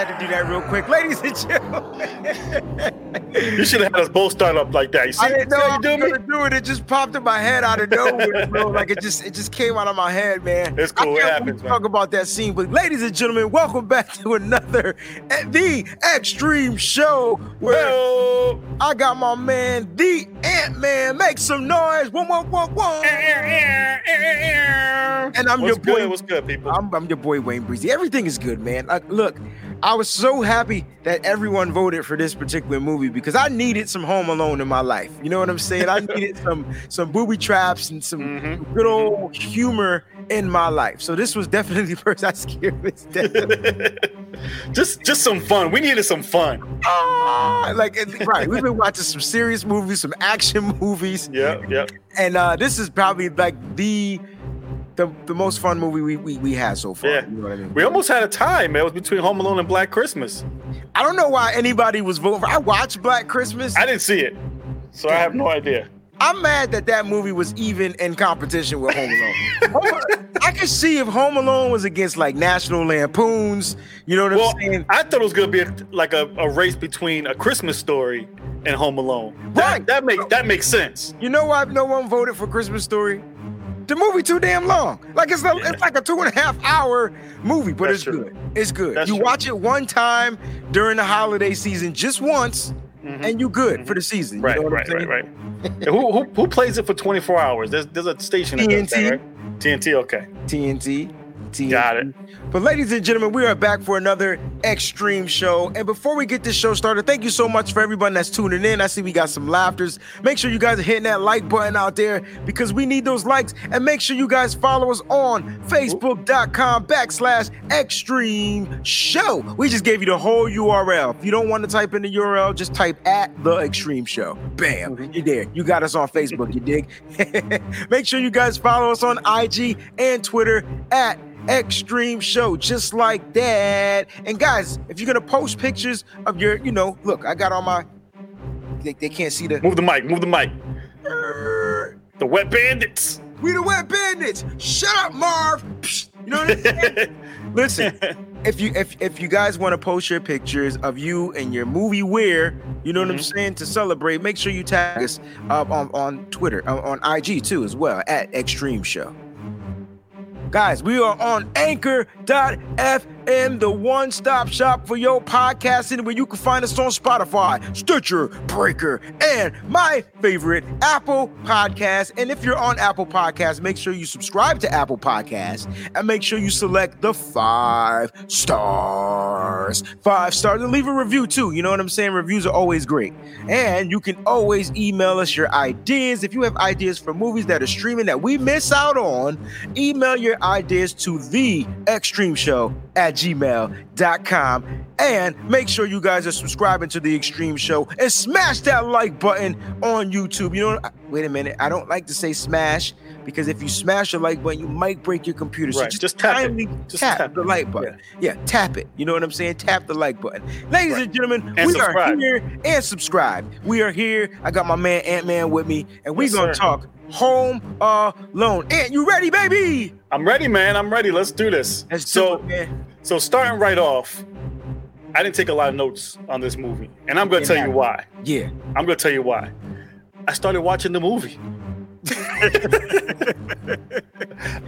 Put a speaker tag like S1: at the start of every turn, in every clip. S1: to do that real quick, ladies and gentlemen.
S2: You should have had us both start up like that. You see,
S1: I didn't know
S2: see how
S1: I
S2: you
S1: was
S2: do me?
S1: gonna do it. It just popped in my head out of nowhere, bro. Like it just it just came out of my head, man.
S2: It's cool.
S1: I
S2: It
S1: can't
S2: happens,
S1: wait to
S2: man.
S1: Talk about that scene, but ladies and gentlemen, welcome back to another at the Extreme Show where
S2: Well,
S1: I got my man, the Ant Man. Make some noise. One, one, one, one. And I'm
S2: what's
S1: your boy.
S2: good? What's good, people?
S1: I'm, I'm your boy Wayne Breezy. Everything is good, man. Like, look, I was so happy that everyone voted for this particular movie because I needed some Home Alone in my life. You know what I'm saying? I needed some some booby traps and some
S2: Mhm.
S1: good old humor in my life. So this was definitely the first I scared this death.
S2: just, just some fun. We needed some fun.
S1: Ah, like it- right, we've been watching some serious movies, some action movies,
S2: Yeah, yeah.
S1: and uh, this is probably like the the, the most fun movie we, we we had so far.
S2: Yeah.
S1: You know what I mean?
S2: We almost had a tie, man. It was between Home Alone and Black Christmas.
S1: I don't know why anybody was voting. For, I watched Black Christmas.
S2: I didn't see it, so I have no idea.
S1: I'm mad that that movie was even in competition with Home Alone. Home Alone- I could see if Home Alone was against like National Lampoons. You know what
S2: Well,
S1: I'm saying?
S2: I thought it was gonna be a, like a, a race between A Christmas Story and Home Alone. That-
S1: Right.
S2: That makes that makes sense.
S1: You know why no one voted for Christmas Story? The movie too damn long. Like it's, a,
S2: Yeah.
S1: it's like a two and a half hour movie, but
S2: That's
S1: it's
S2: true.
S1: good. It's good.
S2: That's
S1: you
S2: true.
S1: watch it one time during the holiday season, just once,
S2: Mhm.
S1: and you good for the season. You
S2: Right,
S1: know what
S2: right,
S1: I'm saying?
S2: right, right. And who, who who plays it for 24 hours? There's there's a station that does
S1: TNT.
S2: that, right? TNT. Okay,
S1: TNT. TNT.
S2: Got it.
S1: But ladies and gentlemen, we are back for another extreme show. And before we get this show started, thank you so much for everyone that's tuning in. I see we got some laughters. Make sure you guys are hitting that like button out there because we need those likes. And make sure you guys follow us on Facebook.com backslash extreme show. We just gave you the whole URL. If you don't want to type in the URL, just type at the extreme show. Bam, you're there. You got us on Facebook, you dig? Make sure you guys follow us on IG and Twitter at Extreme Show, just like that. And guys, if you're gonna post pictures of your, you know, look, I got all my. They, they can't see the.
S2: move the mic. Move the mic. The Wet Bandits.
S1: We the wet bandits. Shut up, Marv. Psh, You know what I'm saying? Listen, if you if if you guys want to post your pictures of you and your movie wear, you know what I'm
S2: Mhm.
S1: saying, to celebrate, make sure you tag us uh, on on Twitter, uh, on IG too as well at Extreme Show. Guys, we are on anchor.fm, the one stop shop for your podcasting, where you can find us on Spotify, Stitcher, Breaker, and my favorite, Apple Podcasts. And if you're on Apple Podcasts, make sure you subscribe to Apple Podcasts and make sure you select the five stars. Five stars. And leave a review too. You know what I'm saying? Reviews are always great. And you can always email us your ideas. If you have ideas for movies that are streaming that we miss out on, email your ideas to the extreme show at gmail.com. And make sure you guys are subscribing to the Extreme Show and smash that like button on YouTube. You know, I- wait a minute. I don't like to say smash because if you smash the like button, you might break your computer. So
S2: Right,
S1: just,
S2: just tap it.
S1: kindly
S2: Just
S1: tap,
S2: tap
S1: the like button. Yeah. tap it. You know what I'm saying? Tap the like button. Ladies
S2: Right.
S1: and gentlemen,
S2: And
S1: we are
S2: subscribe.
S1: here and subscribe. We are here. I got my man Ant Man with me, and we're
S2: Yes,
S1: gonna
S2: sir.
S1: talk home alone. Ant, you ready, baby?
S2: I'm ready, man. I'm ready. Let's do this.
S1: Let's do
S2: so
S1: it, man.
S2: so starting right off, I didn't take a lot of notes on this movie, and I'm gonna
S1: Yeah.
S2: tell you why.
S1: Yeah.
S2: I'm gonna tell you why. I started watching the movie.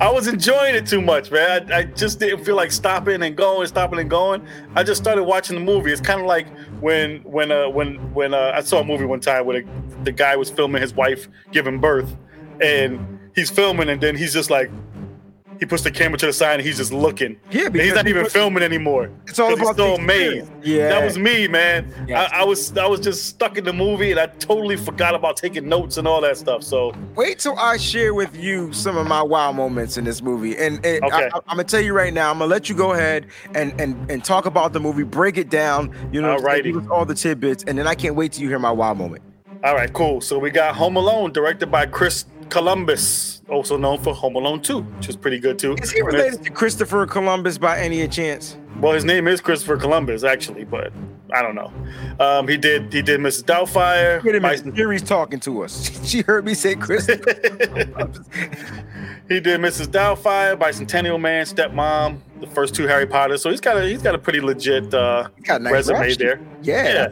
S2: I was enjoying it too much, man. I, I just didn't feel like stopping and going, stopping and going. I just started watching the movie. It's kind of like when when uh, when when uh, I saw a movie one time where the, the guy was filming his wife giving birth, and he's filming, and then he's just like. He puts the camera to the side and he's just looking.
S1: Yeah,
S2: And he's
S1: because
S2: not
S1: he
S2: even
S1: puts-
S2: filming anymore.
S1: It's all
S2: 'cause he's
S1: about the
S2: so
S1: experience.
S2: amazed.
S1: Yeah.
S2: That was me, man.
S1: Yes.
S2: I, I was I was just stuck in the movie and I totally forgot about taking notes and all that stuff. So
S1: Wait till I share with you some of my wow moments in this movie, and, and
S2: Okay.
S1: I, am gonna tell you right now. I'm gonna let you go ahead and and and talk about the movie, break it down. You know,
S2: Alrighty.
S1: give us all the tidbits, and then I can't wait till you hear my wow moment.
S2: all right, cool. So we got Home Alone, directed by Chris Columbus, also known for Home Alone 2, which is pretty good too.
S1: Is he related to Christopher Columbus by any chance?
S2: Well, his name is Christopher Columbus, actually, but I don't know. Um, he did he did Mrs. Doubtfire.
S1: Wait a minute,
S2: Bison-
S1: Siri's talking to us. She heard me say Christopher Columbus.
S2: He did Mrs. Doubtfire, Bicentennial Man, Stepmom, the first two Harry Potter, so he's got a he's got a pretty legit uh,
S1: Got a nice
S2: resume
S1: rap sheet.
S2: there.
S1: Yeah.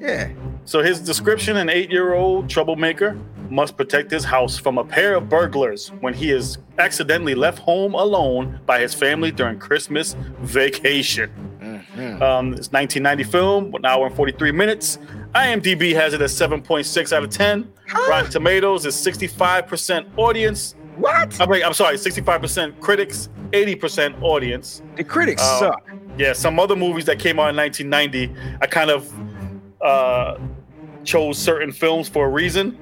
S1: yeah,
S2: So his description: an eight-year-old troublemaker must protect his house from a pair of burglars when he is accidentally left home alone by his family during Christmas vacation.
S1: Mhm.
S2: Um, it's 1990 film, one hour and 43 minutes. IMDb has it as 7.6 out of 10.
S1: Huh?
S2: Rotten Tomatoes is 65% audience.
S1: What?
S2: I mean, I'm sorry, 65% critics, 80% audience.
S1: The critics
S2: Oh.
S1: suck.
S2: Yeah, some other movies that came out in 1990, I kind of uh, chose certain films for a reason.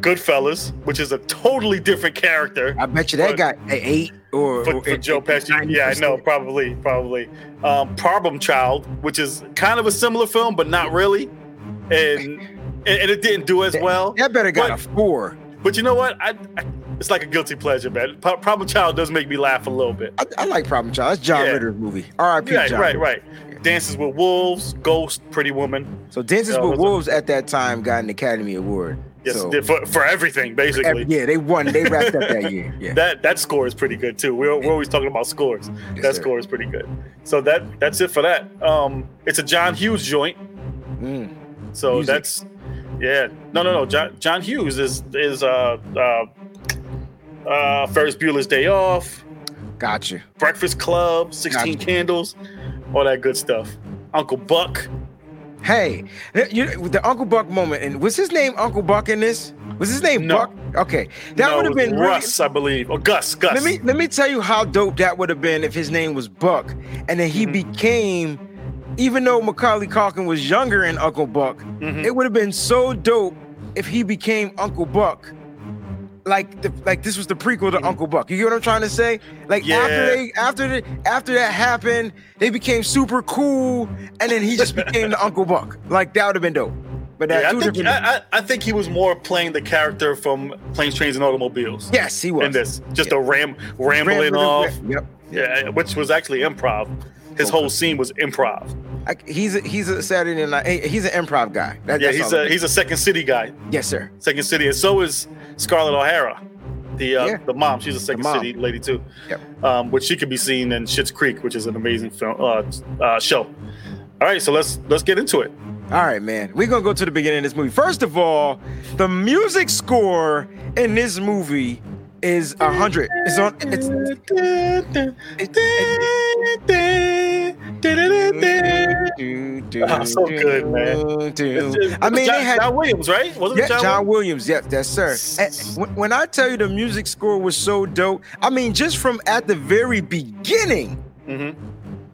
S2: Goodfellas, which is a totally different character
S1: I bet you that
S2: But-
S1: got an eight or,
S2: for,
S1: or
S2: for
S1: eight-
S2: Joe Pesci. Yeah, I know,
S1: 90%.
S2: probably, probably. Um, Problem Child, which is kind of a similar film, but not really, and and and it didn't do as well.
S1: That better got
S2: But-
S1: a four.
S2: But you know what? I, I it's like a guilty pleasure, man. Pro- Problem Child does make me laugh a little bit.
S1: I, I like Problem Child. That's John
S2: Yeah.
S1: Ritter's movie. R.I.P.
S2: Right,
S1: John.
S2: right, right. Dances with Wolves, Ghost, Pretty Woman.
S1: So Dances
S2: Yeah,
S1: with
S2: those are-
S1: Wolves at that time got an Academy Award.
S2: Yes,
S1: so,
S2: did- for, for everything basically.
S1: ev- yeah, they won. They wrapped up that year. Yeah,
S2: That that score is pretty good too. We're, we're always talking about scores.
S1: Yes,
S2: that
S1: sir.
S2: score is pretty good. So that that's it for that. Um, it's a John Hughes joint.
S1: Mm.
S2: So
S1: Music.
S2: that's yeah. No, no, no. John John Hughes is is uh uh, uh Ferris Bueller's Day Off.
S1: Gotcha.
S2: Breakfast Club, 16
S1: Gotcha.
S2: Candles, all that good stuff. Uncle Buck.
S1: Hey, th- you, the Uncle Buck moment, and was his name Uncle Buck in this? Was his name
S2: No.
S1: Buck? Okay, that
S2: No,
S1: would
S2: it
S1: have
S2: was
S1: been really-
S2: Russ, I believe. Or Gus, Gus.
S1: Let me let me tell you how dope that would have been if his name was Buck, and then he
S2: Mhm.
S1: became, even though Macaulay Calkin was younger in Uncle Buck,
S2: Mhm.
S1: it would have been so dope if he became Uncle Buck. Like the, like this was the prequel to
S2: Mhm.
S1: Uncle Buck. You get what I'm trying to say? Like after
S2: Yeah.
S1: they after the, after that happened, they became super cool, and then he just became the Uncle Buck. Like that would have been dope. But that
S2: yeah, I,
S1: dude
S2: think,
S1: been,
S2: I, I, I think he was more playing the character from Planes, Trains, and Automobiles.
S1: yes, he was.
S2: In this, just
S1: Yeah.
S2: a ram rambling
S1: Ram-
S2: off,
S1: Yep.
S2: yeah, which was actually improv. His
S1: Okay.
S2: whole scene was improv.
S1: I, he's a, he's a Saturday night. he- He's an improv guy. That-
S2: Yeah,
S1: that's
S2: he's
S1: all it
S2: a
S1: is.
S2: he's a Second City guy.
S1: yes, sir.
S2: Second City, and so is Scarlett O'Hara, the uh,
S1: Yeah.
S2: the mom. She's a Second
S1: mom.
S2: City lady too,
S1: Yep.
S2: um, which she could be seen in Schitt's Creek, which is an amazing film uh, uh, show. All right, so let's let's get into it.
S1: All right, man. We're gonna go to the beginning of this movie. First of all, the music score in this movie is a hundred. It's on. It's
S2: Oh, so good, man. It's- it's-
S1: I mean,
S2: John,
S1: they had
S2: John Williams, right? Wasn't
S1: yeah,
S2: it John?
S1: John
S2: Williams?
S1: Williams. Yes, yes, sir. And when- when I tell you the music score was so dope, I mean, just from at the very beginning.
S2: Mhm.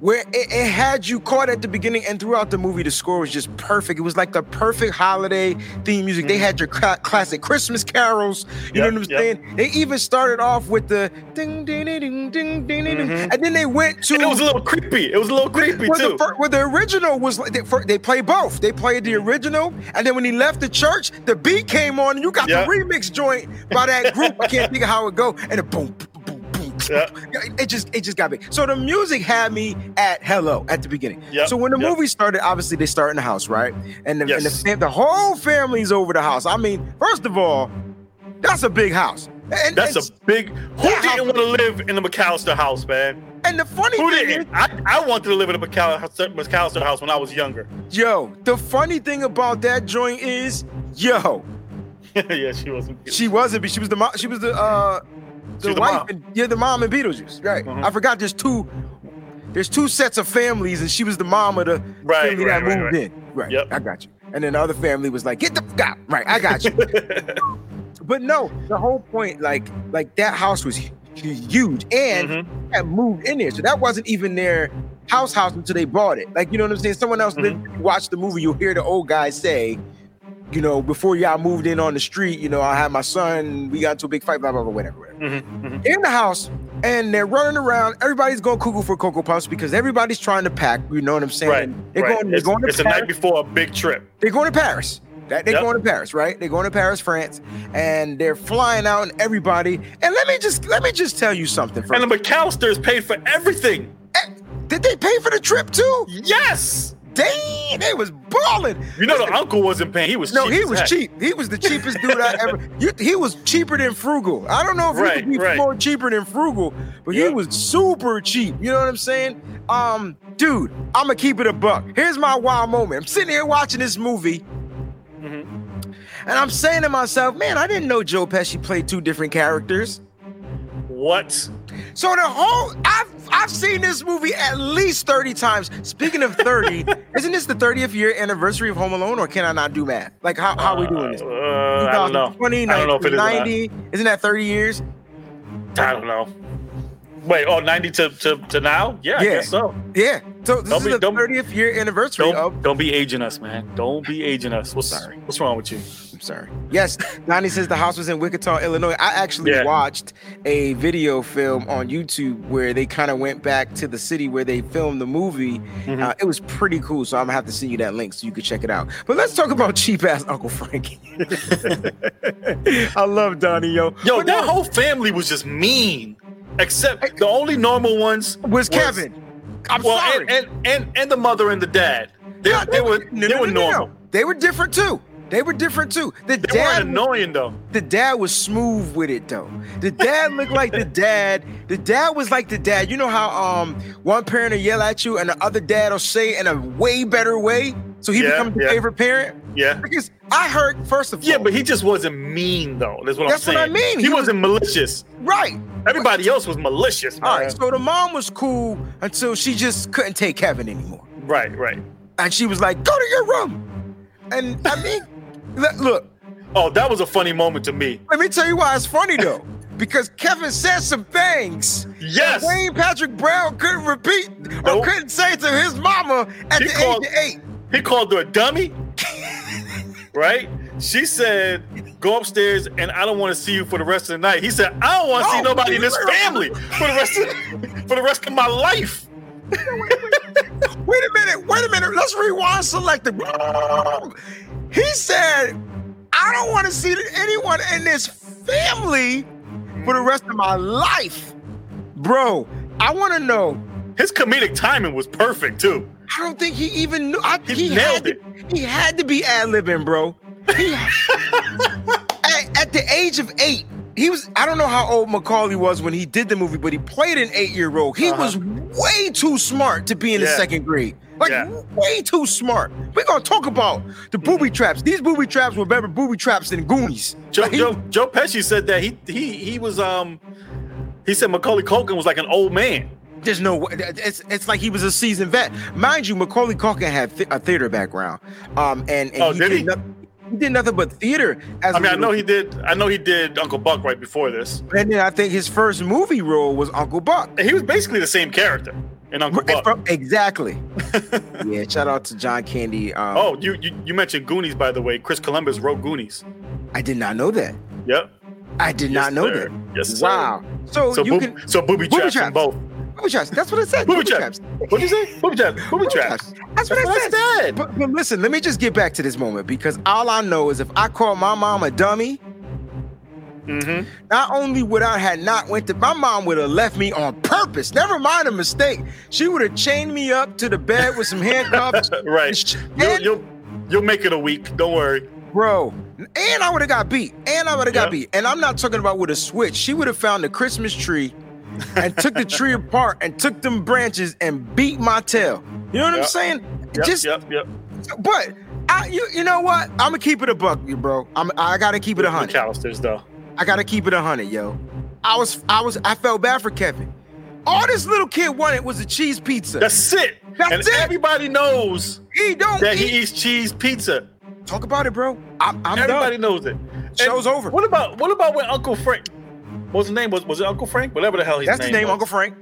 S1: where it, it had you caught at the beginning and throughout the movie the score was just perfect it was like the perfect holiday theme music they had your cla classic christmas carols you
S2: Yep,
S1: know what i'm
S2: yep.
S1: saying they even started off with the ding ding ding ding ding ding ding ding,
S2: Mhm.
S1: and then they went to
S2: It was a little creepy. It was a little creepy
S1: where
S2: too.
S1: the, fir- where the original was like they, fir- they played both they played the original and then when he left the church the beat came on and you got
S2: Yeah.
S1: the remix joint by that group i can't think of how it go and it boom boom, boom boom
S2: Yeah.
S1: it just it just got big. So the music had me at hello at the beginning.
S2: Yep,
S1: So when the
S2: yep.
S1: movie started, obviously they start in the house, right? And the, and the,
S2: Yes.
S1: fam- the whole family's over the house. I mean, first of all, that's a big house. And,
S2: That's
S1: and,
S2: a big. Who
S1: Yeah, how-
S2: didn't want to live in the McAllister house, man?
S1: and the funny
S2: Who
S1: thing
S2: didn't? I, I wanted to live in a McAllister, McAllister house when I was younger.
S1: is, yo, the funny thing about that joint is, yo,
S2: yeah, she wasn't.
S1: she wasn't, but she was the mom, she was the uh the
S2: was the
S1: wife
S2: mom.
S1: and yeah, the mom in Beetlejuice. Right.
S2: Mhm.
S1: I forgot there's two there's two sets of families, and she was the mom of the
S2: Right,
S1: family
S2: right,
S1: that
S2: right,
S1: moved
S2: right.
S1: in. Right.
S2: Yep.
S1: I got you. And then the other family was like, get the fuck out. Right, I got you. but no, the whole point, like, like that house was hu- huge and
S2: Mhm.
S1: had moved in there. So that wasn't even their house house until they bought it. Like, you know what I'm saying? Someone else
S2: Mm-hmm.
S1: lived, you watch the movie, you'll hear the old guy say, you know, before y'all moved in on the street, you know, I had my son, we got into a big fight, blah, blah, blah, whatever, whatever
S2: Mhm, mhm.
S1: in the house and they're running around. Everybody's going cuckoo for Cocoa Puffs because everybody's trying to pack. You know what I'm saying?
S2: Right.
S1: They're
S2: right.
S1: going. They're
S2: it's
S1: going to
S2: it's the
S1: Paris.
S2: night before a big trip.
S1: They're going to Paris. That they're
S2: Yep.
S1: going to Paris, right? They're going to Paris, France, and they're flying out and everybody. And let me just let me just tell you something. First.
S2: And the McAllisters paid for everything.
S1: Did they pay for the trip too?
S2: Yes.
S1: damn, they was balling.
S2: You know the uncle wasn't paying. He was
S1: No,
S2: cheap
S1: he
S2: as
S1: was
S2: heck.
S1: cheap. He was the cheapest dude I ever. You, he was cheaper than frugal. I don't know if he
S2: Right,
S1: could be
S2: right.
S1: more cheaper than frugal, but
S2: Yeah.
S1: he was super cheap. You know what I'm saying? Um, dude, I'm gonna keep it a buck. Here's my wild moment. I'm sitting here watching this movie.
S2: Mhm.
S1: And I'm saying to myself, man, I didn't know Joe Pesci played two different characters.
S2: What?
S1: So the whole I've I've seen this movie at least 30 times. Speaking of 30, isn't this the 30th year anniversary of Home Alone, or can I not do math? Like how, how we doing this?
S2: Uh, I don't know. I don't know if it is. or not.
S1: 90, isn't that 30 years?
S2: I don't know. Wait, oh, 90 to, to, to now? Yeah, I
S1: Yeah.
S2: guess so.
S1: Yeah. So this
S2: Don't
S1: is
S2: be-
S1: the
S2: don't-
S1: 30th year anniversary
S2: Don't,
S1: of
S2: don't be aging us, man. Don't be aging us. What's,
S1: Sorry.
S2: what's wrong with you?
S1: I'm sorry. Yes, Donnie says the house was in Wichita, Illinois. I actually
S2: Yeah.
S1: watched a video film on YouTube where they kind of went back to the city where they filmed the movie.
S2: Mhm.
S1: Uh, it was pretty cool. So I'm gonna have to send you that link so you can check it out. But let's talk about cheap ass Uncle Frankie. I love Donnie, yo.
S2: Yo,
S1: But
S2: that
S1: no,
S2: whole family was just mean. Except the only normal ones
S1: was Kevin. I'm
S2: well,
S1: sorry.
S2: and, and and and the mother and the dad. They,
S1: No,
S2: they were
S1: no,
S2: they
S1: no,
S2: were
S1: no, no, no.
S2: normal.
S1: They were different too. They were different too. The
S2: They
S1: dad
S2: weren't
S1: was-
S2: annoying though.
S1: the dad was smooth with it though. The dad looked like the dad. The dad was like the dad. You know how um one parent will yell at you and the other dad will say it in a way better way, so he
S2: Yeah,
S1: becomes the
S2: yeah.
S1: favorite parent.
S2: Yeah.
S1: Because I heard first of all,
S2: Yeah, but he just wasn't mean though. That's what
S1: That's
S2: I'm
S1: what
S2: saying.
S1: I mean.
S2: He,
S1: He was-
S2: wasn't malicious.
S1: right.
S2: Everybody else was malicious.
S1: All
S2: man.
S1: right. So the mom was cool until she just couldn't take Kevin anymore,
S2: right, right.
S1: and she was like, "Go to your room." And I mean, look- look,
S2: Oh, that was a funny moment to me.
S1: let me tell you why it's funny though. Because Kevin said some things.
S2: Yes.
S1: Wayne Patrick Brown couldn't repeat or
S2: Nope.
S1: couldn't say to his mama at
S2: He
S1: the
S2: called-
S1: age of eight.
S2: He called her a dummy. right? She said, "Go upstairs, and I don't want to see you for the rest of the night." He said, "I don't want to see
S1: No.
S2: nobody in this family for the rest of for the rest of my life."
S1: Wait a minute, wait a minute. Let's rewind selected. He said, I don't want to see anyone in this family for the rest of my life. Bro, I want to know.
S2: His comedic timing was perfect too.
S1: I don't think he even knew. I think
S2: He
S1: he, had
S2: nailed
S1: to, he had to be ad libbing, bro. He- at, at the age of eight, he was. I don't know how old Macaulay was when he did the movie, but he played an eight year old. He
S2: Uh-huh.
S1: was way too smart to be in the
S2: Yeah.
S1: second grade. Like
S2: Yeah.
S1: way too smart. We're gonna talk about the booby traps. These booby traps were better booby traps than Goonies.
S2: Mm-hmm. Joe,
S1: Like, he-
S2: Joe, Joe Pesci said that he he he was um he said Macaulay Culkin was like an old man.
S1: There's no way. It's it's like he was a seasoned vet, mind you. Macaulay Culkin had th- a theater background, um, and, and
S2: Oh, did he?
S1: noth- he did nothing but theater. As
S2: I
S1: a
S2: mean, I
S1: little-
S2: know he did. I know he did Uncle Buck right before this.
S1: And then I think his first movie role was Uncle Buck.
S2: And he was basically the same character in Uncle
S1: Right
S2: Buck.
S1: from- exactly. yeah. Shout out to John Candy. Um,
S2: Oh, you, you you mentioned Goonies by the way. Chris Columbus wrote Goonies.
S1: I did not know that.
S2: Yep.
S1: I did
S2: Yes,
S1: not know
S2: sir.
S1: that.
S2: Yes, sir.
S1: Wow. So,
S2: So,
S1: you
S2: boob,
S1: can
S2: so booby,
S1: booby
S2: traps, in
S1: traps.
S2: both.
S1: booby traps. That's what I said.
S2: Booby traps. What'd you say? Booby traps. Booby,
S1: Booby
S2: traps.
S1: traps. That's what I said.
S2: said.
S1: But, but listen, let me just get back to this moment because all I know is if I call my mom a dummy,
S2: Mhm.
S1: not only would I had not went to my mom would have left me on purpose. Never mind a mistake. She would have chained me up to the bed with some handcuffs.
S2: Uh, Right. You'll,
S1: And-
S2: you'll you'll make it a week. Don't worry.
S1: bro. And I would have got beat. And I would have got
S2: Yeah.
S1: beat. And I'm not talking about with a switch. She would have found the Christmas tree and took the tree apart and took them branches and beat my tail. You know what
S2: Yeah.
S1: I'm saying?
S2: Yep,
S1: Just,
S2: yep, yep.
S1: but I, you, you know what? I'm gonna keep it a buck, you bro. I'm, I gotta keep it a hundred.
S2: McAllister's though.
S1: I gotta keep it a hundred, yo. I was, I was, I felt bad for Kevin. All this little kid wanted was a cheese pizza.
S2: That's it.
S1: That's
S2: and
S1: it.
S2: everybody knows
S1: he don't
S2: that
S1: eat.
S2: he eats cheese pizza.
S1: Talk about it, bro. I'm, I'm
S2: Everybody
S1: done.
S2: knows it.
S1: Show's
S2: And
S1: over.
S2: What about what about when Uncle Frank? What was his name? Was was it Uncle Frank? Whatever the hell his
S1: That's
S2: name.
S1: his name,
S2: was.
S1: Uncle Frank.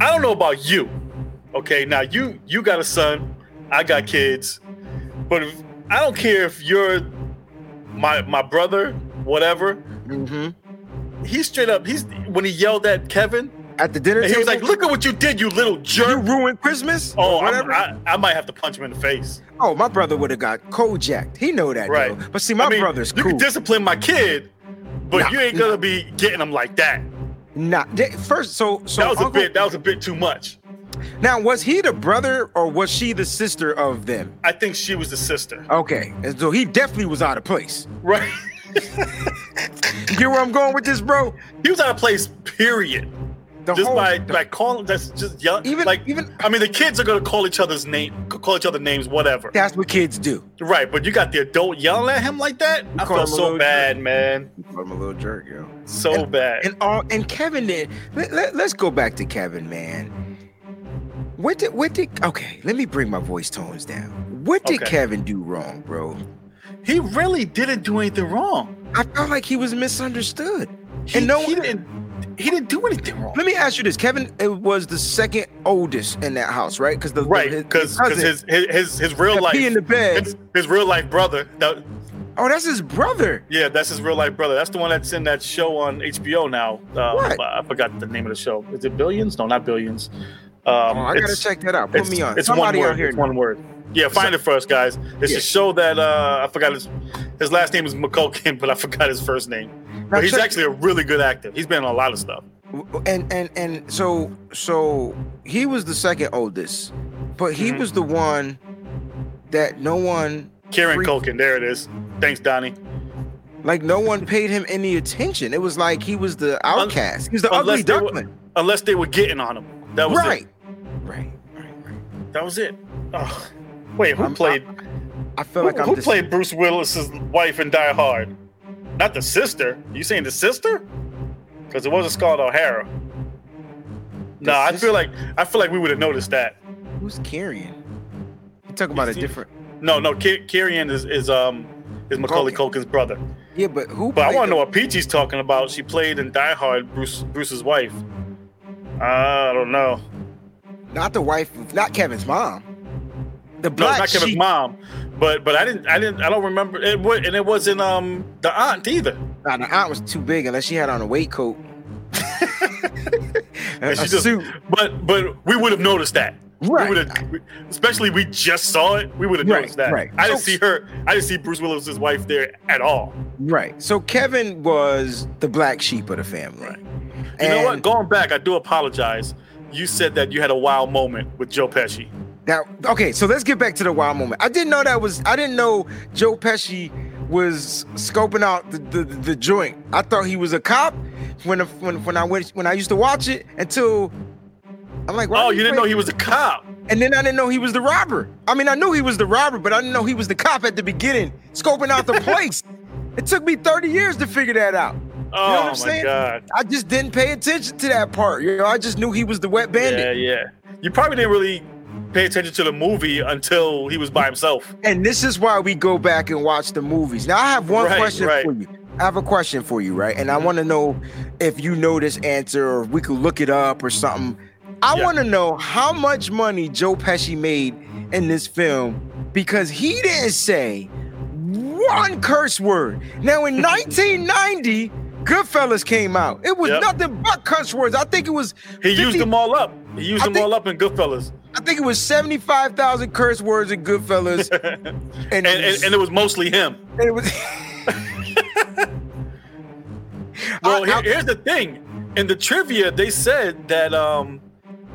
S2: I don't know about you. Okay, now you you got a son, I got kids, but if, I don't care if you're my my brother, whatever.
S1: hmm
S2: He straight up. He's when he yelled at Kevin,
S1: At the dinner
S2: and he
S1: table,
S2: was like, "Look at what you did, you little
S1: you
S2: jerk."
S1: ruined Christmas.
S2: Oh,
S1: or
S2: I'm, I, I might have to punch him in the face.
S1: Oh, my brother would have got cojacked. He know that,
S2: Right.
S1: though. But see, my
S2: I mean,
S1: brother's
S2: you
S1: cool.
S2: can discipline my kid, but
S1: Nah,
S2: you ain't gonna be getting him like that.
S1: nah, they- first, so so
S2: that was
S1: Uncle,
S2: a bit. That was a bit too much.
S1: Now, was he the brother or was she the sister of them?
S2: I think she was the sister.
S1: Okay, and so he definitely was out of place.
S2: Right?
S1: You get where I'm going with this, bro?
S2: he was out of place, period.
S1: The
S2: just
S1: whole-
S2: by
S1: the-
S2: by calling that's just yelling
S1: Even-
S2: like
S1: even-
S2: I mean the kids are gonna call each other's name call each other names, whatever.
S1: that's what kids do.
S2: Right, but you got the adult yelling at him like that? I
S1: call him
S2: felt
S1: a
S2: so
S1: little
S2: bad, man.
S1: I'm a little jerk, yo.
S2: So bad.
S1: And all and Kevin did. Let, let, us go back to Kevin, man. What did what did okay? Let me bring my voice tones down. What did
S2: Okay.
S1: Kevin do wrong, bro?
S2: he really didn't do anything wrong.
S1: I felt like he was misunderstood.
S2: He,
S1: and no,
S2: he didn't he didn't do anything wrong.
S1: let me ask you this: Kevin uh, was the second oldest in that house, right? Because the
S2: Right,
S1: the-
S2: because
S1: cousin
S2: his, his his his real
S1: had
S2: life
S1: pee in the bed.
S2: his, his real life brother. That,
S1: oh, that's his brother.
S2: yeah, that's his real life brother. That's the one that's in that show on HBO now. Uh,
S1: What?
S2: I forgot the name of the show. Is it Billions? No, not Billions. Um,
S1: oh, I gotta
S2: it's-
S1: check that out. Put
S2: it's,
S1: me on.
S2: It's
S1: Somebody
S2: one word.
S1: out here.
S2: It's one word. Yeah, find it for us, guys. It's
S1: Yeah.
S2: a show that uh, I forgot his his last name is McCulkin, but I forgot his first name. But he's
S1: check-
S2: actually a really good actor. He's been in a lot of stuff.
S1: and and and so so he was the second oldest, but he
S2: Mhm.
S1: was the one that no one
S2: Kieran
S1: Freak.
S2: Culkin, there it is. Thanks, Donnie.
S1: like no one paid him any attention. It was like he was the
S2: Un-
S1: outcast. He was the
S2: unless
S1: ugly
S2: they were-
S1: duckling.
S2: Unless they were getting on him, that was
S1: Right. right. Right. Right.
S2: It. That was it. Oh. Wait, who
S1: I'm-
S2: played
S1: I feel
S2: who,
S1: like I'm
S2: who
S1: just,
S2: played Bruce Willis's wife in Die Hard? Not the sister. You saying the sister? Because it wasn't Scarlett O'Hara. No, I
S1: sister?
S2: feel like I feel like we would have noticed that.
S1: who's carrying? You talking about a
S2: see-
S1: different
S2: No, no, Ki- Kyrian is is um is Macaulay
S1: Culkin.
S2: Culkin's brother.
S1: Yeah, but who
S2: But I
S1: played
S2: want
S1: the-
S2: to know what Peachy's talking about. She played in Die Hard, Bruce Bruce's wife. Ah, I don't know.
S1: not the wife not Kevin's mom. The
S2: No,
S1: black
S2: it's not Kevin's
S1: sheep.
S2: mom. But but I didn't I didn't I don't remember it. wa- And it wasn't um the aunt either.
S1: Nah, the aunt was too big unless she had on a weight coat. a
S2: And she just-
S1: suit.
S2: But but we would have noticed that.
S1: Right.
S2: We would have, especially we just saw it. We would have
S1: Right,
S2: noticed that.
S1: right.
S2: I didn't
S1: So-
S2: see her. I didn't see Bruce Willis's wife there at all.
S1: Right. So Kevin was the black sheep of the family.
S2: Right. You know what?
S1: And
S2: Going back, I do apologize. You said that you had a wild moment with Joe Pesci.
S1: Now, okay, so let's get back to the wild moment. I didn't know that was. I didn't know Joe Pesci was scoping out the the, the joint. I thought he was a cop when when when I went when I used to watch it until. I'm like, why
S2: Oh,
S1: are
S2: you didn't know
S1: playing-
S2: he was a cop.
S1: And then I didn't know he was the robber. I mean, I knew he was the robber, but I didn't know he was the cop at the beginning, scoping out the place. It took me 30 years to figure that out.
S2: Oh
S1: what I'm
S2: my
S1: saying?
S2: god.
S1: I just didn't pay attention to that part. You know, I just knew he was the wet bandit.
S2: Yeah, yeah. You probably didn't really pay attention to the movie until he was by himself.
S1: And this is why we go back and watch the movies. Now I have one
S2: Right,
S1: question
S2: right.
S1: for you. I have a question for you, right? And I want to know if you know this answer or if we could look it up or something. I
S2: Yeah.
S1: want to know how much money Joe Pesci made in this film because he didn't say one curse word. Now in 1990, Goodfellas came out. It was
S2: Yep.
S1: nothing but curse words. I think it was
S2: He used
S1: 50
S2: them all up. He used
S1: I
S2: them
S1: think-
S2: all up in Goodfellas.
S1: I think it was 75,000 curse words in Goodfellas.
S2: and,
S1: and,
S2: and and it was mostly him.
S1: it was
S2: Well,
S1: I-
S2: here-
S1: I-
S2: here's the thing. In the trivia, they said that um,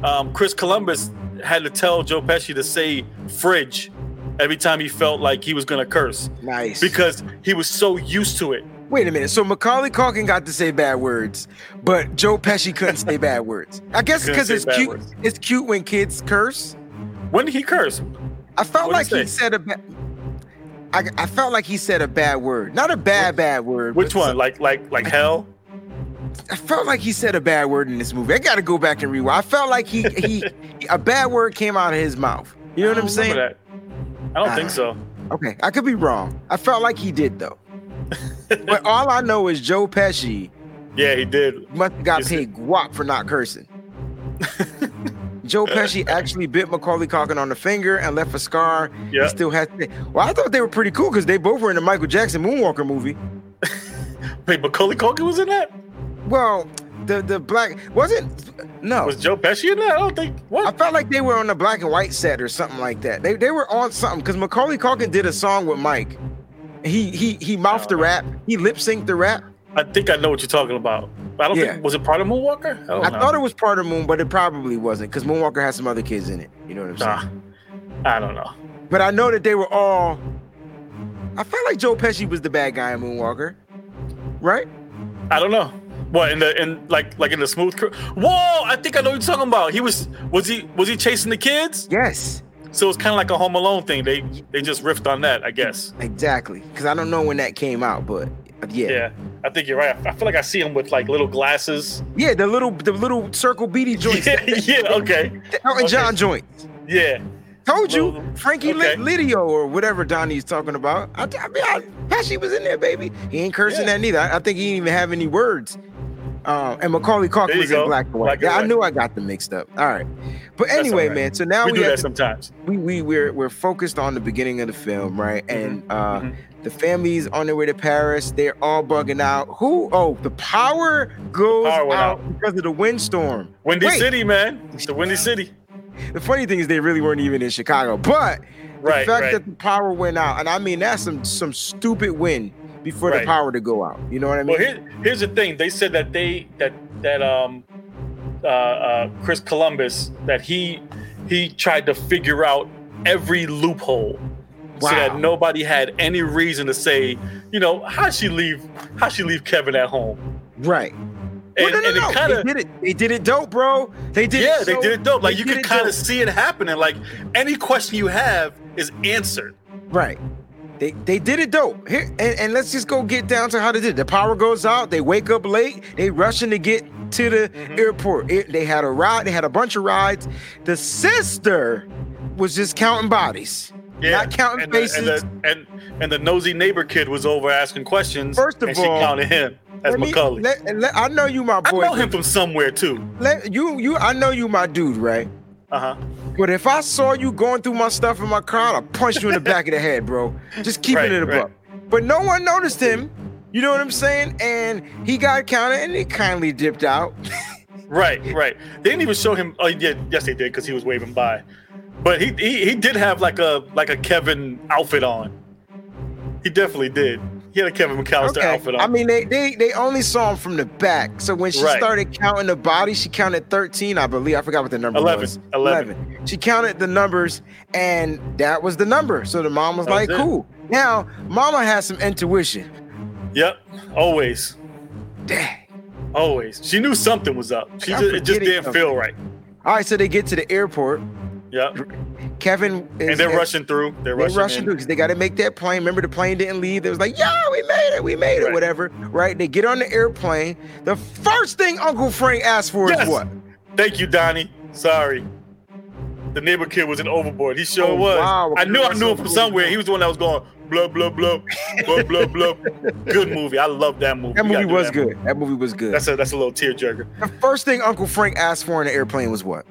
S2: um, Chris Columbus had to tell Joe Pesci to say "fridge" every time he felt like he was gonna curse
S1: nice.
S2: because he was so used to it.
S1: Wait a minute. So Macaulay Culkin got to say bad words, but Joe Pesci couldn't say bad words. I guess
S2: Couldn't
S1: because
S2: say
S1: it's
S2: bad
S1: cute.
S2: words.
S1: It's cute when kids curse.
S2: When did he curse?
S1: I felt
S2: What'd
S1: like
S2: he
S1: he
S2: say?
S1: said a bad. I, I felt like he said a bad word, not a bad bad word.
S2: Which
S1: but
S2: one? Like like like hell?
S1: some- I felt like he said a bad word in this movie. I got to go back and rewind. I felt like he he a bad word came out of his mouth. You know what I'm
S2: I don't
S1: saying?
S2: remember that. I don't
S1: Ah.
S2: think so.
S1: Okay, I could be wrong. I felt like he did though. but all I know is Joe Pesci
S2: Yeah, he did.
S1: must have got
S2: Is
S1: paid guap for not cursing. Joe Pesci actually bit Macaulay Culkin on the finger and left a scar.
S2: Yeah.
S1: He still has. Well, I thought they were pretty cool because they both were in the Michael Jackson Moonwalker movie.
S2: Wait, Macaulay Culkin was in that?
S1: Well, the the black wasn't. No,
S2: Was Joe Pesci in that? I don't think.
S1: Oh. I
S2: What?
S1: felt like they were on the black and white set or something like that. They they were on something because Macaulay Culkin did a song with Mike. He he he mouthed the
S2: Oh, no.
S1: rap. He lip synced the rap.
S2: I think I know what you're talking about. I don't
S1: Yeah.
S2: think was it part of Moonwalker? I, don't
S1: I
S2: know.
S1: thought it was part of Moon, but it probably wasn't because Moonwalker had some other kids in it. You know what I'm saying?
S2: Nah, I don't know.
S1: But I know that they were all. I felt like Joe Pesci was the bad guy in Moonwalker, right?
S2: I don't know. What in the in like like in the smooth? Cr- Whoa! I think I know what you're talking about. He was was he was he chasing the kids?
S1: Yes,
S2: So it's kind of like a Home Alone thing. They they just riffed on that, I guess.
S1: exactly. Because I don't know when that came out, but yeah. yeah,
S2: Yeah, I think you're right. I feel like I see him with like little glasses.
S1: The little, the little circle beady joints,
S2: yeah, yeah, okay.
S1: the Elton
S2: Okay.
S1: John joint.
S2: Yeah,
S1: Told you,
S2: Well,
S1: Frankie
S2: okay.
S1: Lid Lidio or whatever Donnie's talking about. I, I mean, I, Pesci was in there, baby. He ain't cursing
S2: Yeah.
S1: that neither. I, I think he didn't even have any words. Um, and Macaulay Culkin
S2: you
S1: was in
S2: go.
S1: black and white.
S2: Black and
S1: yeah, I
S2: white.
S1: knew I got them mixed up. All right, but
S2: That's all
S1: anyway,
S2: right.
S1: man. So now
S2: we,
S1: we,
S2: do
S1: got
S2: that
S1: to-
S2: sometimes.
S1: we we we're we're focused on the beginning of the film, right? And uh
S2: mhm.
S1: the family's on their way to Paris. They're all bugging out. Who? Oh, the power goes
S2: Power went
S1: out, because of the windstorm.
S2: Windy
S1: Wait.
S2: City, man. It's the Windy City.
S1: The funny thing is, they really weren't even in Chicago, but
S2: Right,
S1: the fact
S2: right.
S1: that the power went out, and I mean that's some some stupid win before
S2: Right.
S1: the power to go out. You know what I mean?
S2: well, here, here's the thing. They said that they that that um uh, uh Chris Columbus that he he tried to figure out every loophole so that
S1: Wow.
S2: nobody had any reason to say, you know, how she leave how she leave Kevin at home.
S1: right.
S2: And,
S1: well, no,
S2: and
S1: no, no.
S2: it kind
S1: they
S2: of
S1: did it. They did it dope, bro. They did.
S2: yeah,
S1: it
S2: they
S1: so-
S2: did it dope. Like
S1: they
S2: you
S1: did
S2: could
S1: it
S2: kind
S1: dope.
S2: of see it happening. Like any question you have is answered.
S1: Right. They they did it dope. Here and, and let's just go get down to how they did. it. The power goes out. They wake up late. They rushing to get to the
S2: Mm-hmm.
S1: airport. It- they had a ride. They had a bunch of rides. The sister was just counting bodies, not counting
S2: and
S1: faces.
S2: The, and, the, and and the nosy neighbor kid was over asking questions.
S1: First of
S2: and
S1: all,
S2: she counted him as
S1: Let me-
S2: Macaulay.
S1: let- and let- I know you, my
S2: I
S1: boy.
S2: know him from somewhere too.
S1: Let- you you. I know you, my dude. Right.
S2: Uh huh.
S1: But if I saw you going through my stuff in my car, I'd punch you in the back of the head, bro. Just keeping
S2: Right,
S1: it a
S2: right.
S1: buck. But no one noticed him. You know what I'm saying? And he got counted and he kindly dipped out.
S2: Right, right. They didn't even show him. Oh, yeah, yes, they did because he was waving by. But he, he he did have like a like a Kevin outfit on. He definitely did. He had a Kevin McAllister outfit on.
S1: I mean, they, they they only saw him from the back. So when she
S2: Right.
S1: started counting the body, she counted 13, I believe. I forgot what the number
S2: 11,
S1: was.
S2: 11.
S1: She counted the numbers and that was the number. So the mom was
S2: That was
S1: like,
S2: it.
S1: cool. Now, mama has some intuition.
S2: yep. Always,
S1: Dang.
S2: always. She knew something was up. She
S1: I'm
S2: just, it just
S1: forgetting
S2: didn't feel right.
S1: All right, so they get to the airport.
S2: Yep.
S1: Kevin is
S2: And they're
S1: at-
S2: rushing through.
S1: They're
S2: They're rushing.
S1: rushing,
S2: in.
S1: through because they got to make that plane. Remember, the plane didn't leave. They was like, "Yeah, we made it, we made it,
S2: Right.
S1: whatever." Right? They get on the airplane. The first thing Uncle Frank asked for
S2: Yes.
S1: is what?
S2: Thank you, Donnie. Sorry. The neighbor kid was an overboard. He sure
S1: Oh,
S2: was.
S1: wow.
S2: I knew I knew him from
S1: That's so
S2: somewhere. He was the one that was going blub blub blub blub blub blub. Good movie. I love that movie.
S1: That
S2: We gotta
S1: movie
S2: do
S1: was
S2: that
S1: good. That movie was good.
S2: That's a that's a little tearjerker.
S1: the first thing Uncle Frank asked for in the airplane was what?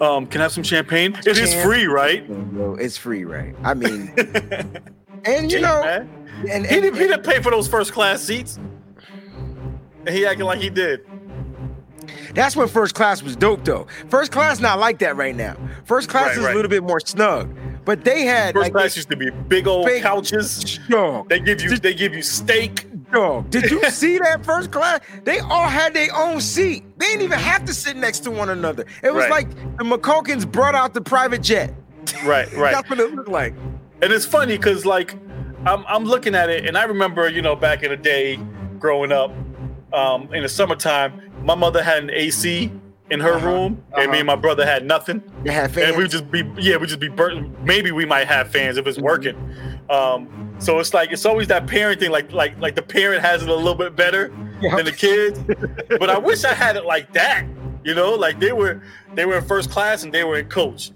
S2: Um, can I have some champagne? It is
S1: Champ-
S2: free, right?
S1: Yo, it's free, right? I mean, and you
S2: Gee,
S1: know,
S2: man.
S1: and,
S2: he
S1: and,
S2: didn't he didn't pay for those first class seats. And he acting like he did.
S1: that's when first class was dope, though. First class not like that right now. First class
S2: Right,
S1: is
S2: right.
S1: a little bit more snug, but they had
S2: First
S1: like
S2: class used to be big old
S1: Big-
S2: couches.
S1: dog.
S2: They give you they give you steak.
S1: Dog, did you see that first class? They all had their own seat. They didn't even have to sit next to one another. It was
S2: Right.
S1: like the McCulkins brought out the private jet.
S2: Right, right.
S1: That's what it looked like.
S2: And it's funny because like I'm I'm looking at it and I remember, you know, back in the day growing up, um, in the summertime, my mother had an AC in her
S1: Uh-huh,
S2: room, and
S1: uh-huh.
S2: me and my brother had nothing.
S1: They had fans.
S2: And we would just be yeah, we just be burnt. maybe we might have fans if it's
S1: Mm-hmm.
S2: working. Um, so it's like it's always that parenting, like like like the parent has it a little bit better
S1: Yeah.
S2: than the kids. but I wish I had it like that. You know, like they were they were in first class and they were in coach.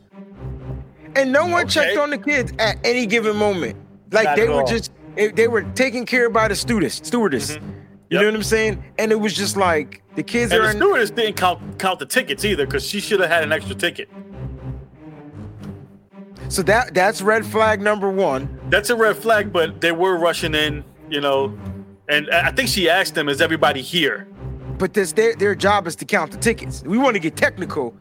S1: and no one
S2: Okay.
S1: checked on the kids at any given moment. Like
S2: Not
S1: they
S2: at
S1: were
S2: all.
S1: just they, they were taken care of by the students, stewardess. You
S2: Mm-hmm. Yep.
S1: know what I'm saying? And it was just like the kids
S2: And
S1: are
S2: the
S1: in,
S2: stewardess didn't count count the tickets either because she should have had an extra ticket.
S1: so that that's red flag number one.
S2: That's a red flag, but they were rushing in, you know. And I I think she asked them, "Is everybody here?"
S1: But this their their job is to count the tickets. We want to get technical.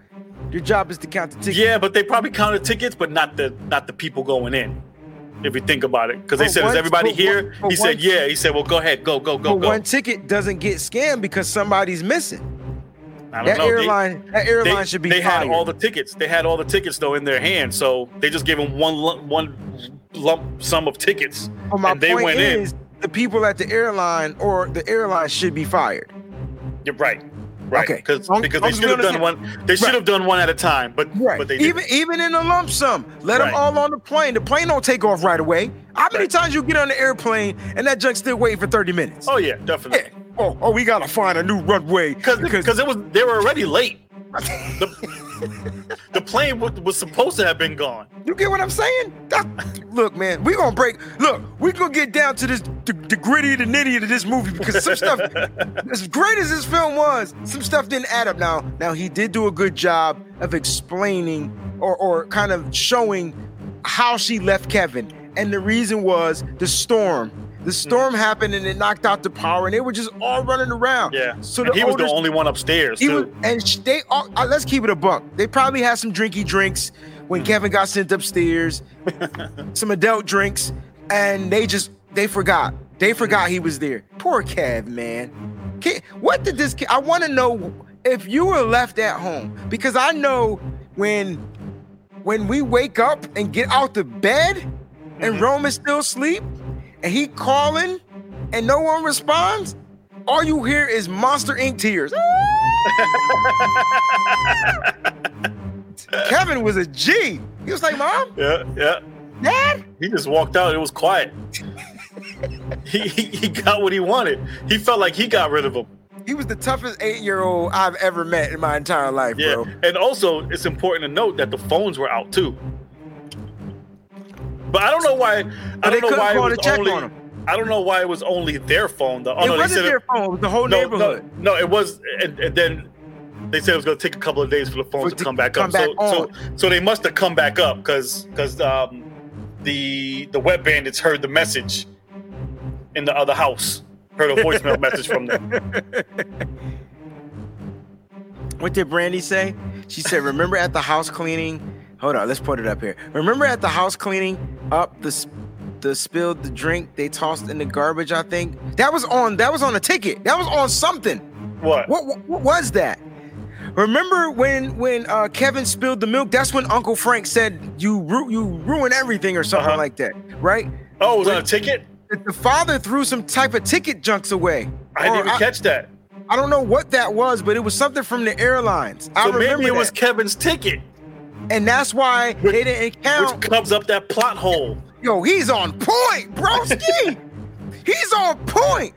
S1: Your job is to count the tickets.
S2: Yeah, but they probably counted tickets, but not the not the people going in. If you think about it, because they
S1: But
S2: said, "Is
S1: once-
S2: everybody
S1: but
S2: here?"
S1: one- but
S2: he said,
S1: once-
S2: "Yeah." He said, "Well, go ahead, go, go, go,
S1: But
S2: go."
S1: one ticket doesn't get scammed because somebody's missing.
S2: I don't
S1: That
S2: know. They-
S1: airline, that
S2: they,
S1: airline should be
S2: they had
S1: fired.
S2: all the tickets. They had all the tickets though in their hand, so they just gave them one lump, one lump sum of tickets,
S1: But my
S2: and they
S1: point
S2: went in.
S1: is, the people at the airline or the airline should be fired.
S2: You're right. Right.
S1: Okay.
S2: Because
S1: Long-
S2: because
S1: long
S2: they
S1: as
S2: should
S1: we
S2: have done one. They should
S1: Right.
S2: have done one at a time. But
S1: Right.
S2: but they didn't.
S1: even even in a lump sum, let
S2: Right.
S1: them all on the plane. The plane don't take off right away. How many
S2: Right.
S1: times you get on the airplane and that junk still waiting for thirty minutes?
S2: Oh yeah,
S1: Yeah.
S2: definitely.
S1: Oh, oh, we gotta find a new runway
S2: Because because it was they were already late. The, the plane was, was supposed to have been gone.
S1: you get what I'm saying? That- look, man, we gonna break. Look, we gonna get down to this the, the gritty, the nitty of this movie because some stuff, as great as this film was, some stuff didn't add up. Now, now he did do a good job of explaining or or kind of showing how she left Kevin, and the reason was the storm. The storm
S2: Mm.
S1: happened and it knocked out the power, and they were just all running around.
S2: Yeah.
S1: So
S2: and
S1: the
S2: he was the
S1: oldest-
S2: only one upstairs
S1: he
S2: too.
S1: was, and sh- they all, uh, let's keep it a buck. They probably had some drinky drinks when Kevin got sent upstairs, some adult drinks, and they just they forgot. They forgot he was there. Poor Kev, man. Ke- What did this kid? I want to know if you were left at home because I know when when we wake up and get out the bed and Roman's still asleep and he calling and no one responds, all you hear is Monster Inc. tears. Kevin was a G. He was like, Mom,
S2: yeah, yeah.
S1: Dad.
S2: He just walked out. It was quiet. he, he he got what he wanted. He felt like he got rid of him.
S1: He was the toughest eight year old I've ever met in my entire life,
S2: Yeah.
S1: bro.
S2: And also, it's important to note that the phones were out too. But I don't know why. I
S1: But they
S2: don't know
S1: couldn't
S2: why it
S1: call to
S2: was
S1: check
S2: only.
S1: on 'em.
S2: I don't know why it was only their phone. Though. Oh, no,
S1: it
S2: they said
S1: wasn't
S2: it-
S1: their phone, it was the whole
S2: no, no,
S1: neighborhood.
S2: no, it was, and, and then they said it was going to take a couple of days for the
S1: For
S2: phone to
S1: it to
S2: come back
S1: come
S2: up.
S1: back
S2: so, so, so they must have come back up because because um, the the web bandits heard the message in the other house, heard a voicemail message from them.
S1: What did Brandy say? She said, Remember at the house cleaning? Hold on, let's put it up here. Remember at the house cleaning up the sp- the spilled the drink they tossed in the garbage, I think? That was on that was on a ticket. That was on something.
S2: What?
S1: What, what, what was that? Remember when when uh, Kevin spilled the milk? That's when Uncle Frank said you ru- you ruin everything or something
S2: Uh-huh.
S1: like that, right?
S2: Oh, it was on a ticket.
S1: The- The father threw some type of ticket junks away.
S2: I didn't
S1: Or
S2: even catch that.
S1: I don't know what that was, but it was something from the airlines. I
S2: So
S1: remember
S2: maybe it was
S1: that.
S2: Kevin's ticket,
S1: and that's why
S2: Which-
S1: they didn't count.
S2: which comes up that plot hole.
S1: Yo, he's on point, broski. he's on point.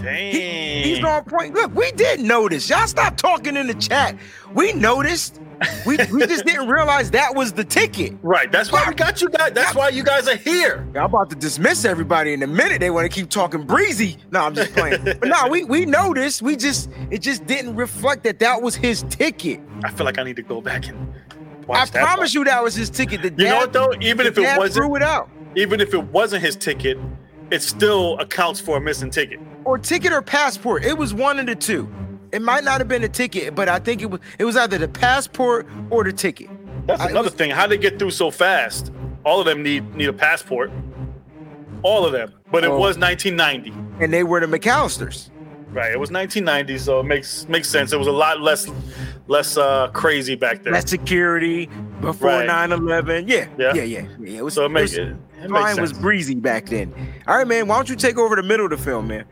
S2: Damn.
S1: He- he's on point. Look, we did notice. Y'all stop talking in the chat. We noticed. We, we just didn't realize that was the ticket.
S2: right. That's why we got you guys. That's why you guys are here.
S1: Y'all about to dismiss everybody in a minute. They want to keep talking breezy. No, I'm just playing. but no, we we noticed. We just it just didn't reflect that that was his ticket.
S2: I feel like I need to go back and watch
S1: I
S2: that.
S1: promise you that was his ticket. The
S2: You know
S1: dad,
S2: what though? Even
S1: the
S2: if it
S1: dad
S2: wasn't,
S1: threw it out.
S2: even if it wasn't his ticket, it still accounts for a missing ticket.
S1: or ticket or passport. It was one of the two. It might not have been a ticket, but I think it was it was either the passport or the ticket.
S2: That's
S1: I-
S2: another thing. How they get through so fast? All of them need need a passport. All of them. But it
S1: Oh.
S2: was 1990,
S1: And they were the McAllisters.
S2: right? It was 1990, so it makes makes sense. It was a lot less less uh, crazy back then.
S1: That security before
S2: Right.
S1: 9-11 Yeah. Yeah,
S2: Yeah.
S1: yeah. Yeah. yeah. It was,
S2: so it makes
S1: it was-
S2: it, it makes
S1: flying was
S2: sense.
S1: breezy back then. All right, man. Why don't you take over the middle of the film, man?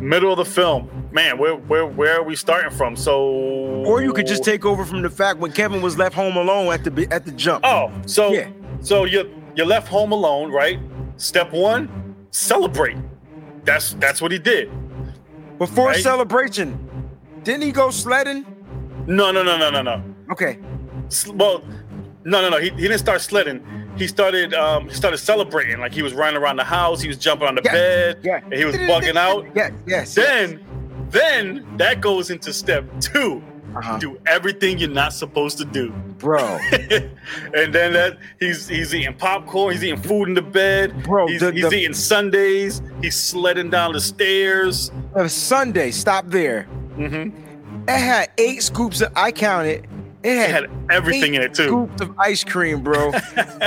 S2: Middle of the film, man. Where where where are we starting from? So
S1: Or you could just take over from the fact when Kevin was left home alone at the bi- at the jump.
S2: Oh, so
S1: Yeah.
S2: so you you left home alone, right? Step one, celebrate. That's that's what he did.
S1: Before
S2: right.
S1: celebration, didn't he go sledding?
S2: No, no, no, no, no, no.
S1: Okay.
S2: S- Well, no, no, no. He, he didn't start sledding. He started um he started celebrating. Like he was running around the house. He was jumping on the
S1: Yeah.
S2: bed.
S1: Yeah.
S2: And he was bugging out.
S1: Yes, yes.
S2: Then then that goes into step two.
S1: uh
S2: Do everything you're not supposed to do.
S1: bro.
S2: and then that he's he's eating popcorn, he's eating food in the bed,
S1: Bro,
S2: He's,
S1: the-
S2: he's
S1: the-
S2: eating Sundays. He's sledding down the stairs.
S1: of Sunday, stop there.
S2: hmm
S1: It had eight scoops of I counted, It
S2: It
S1: had
S2: had everything in it too.
S1: scoops of ice cream, bro.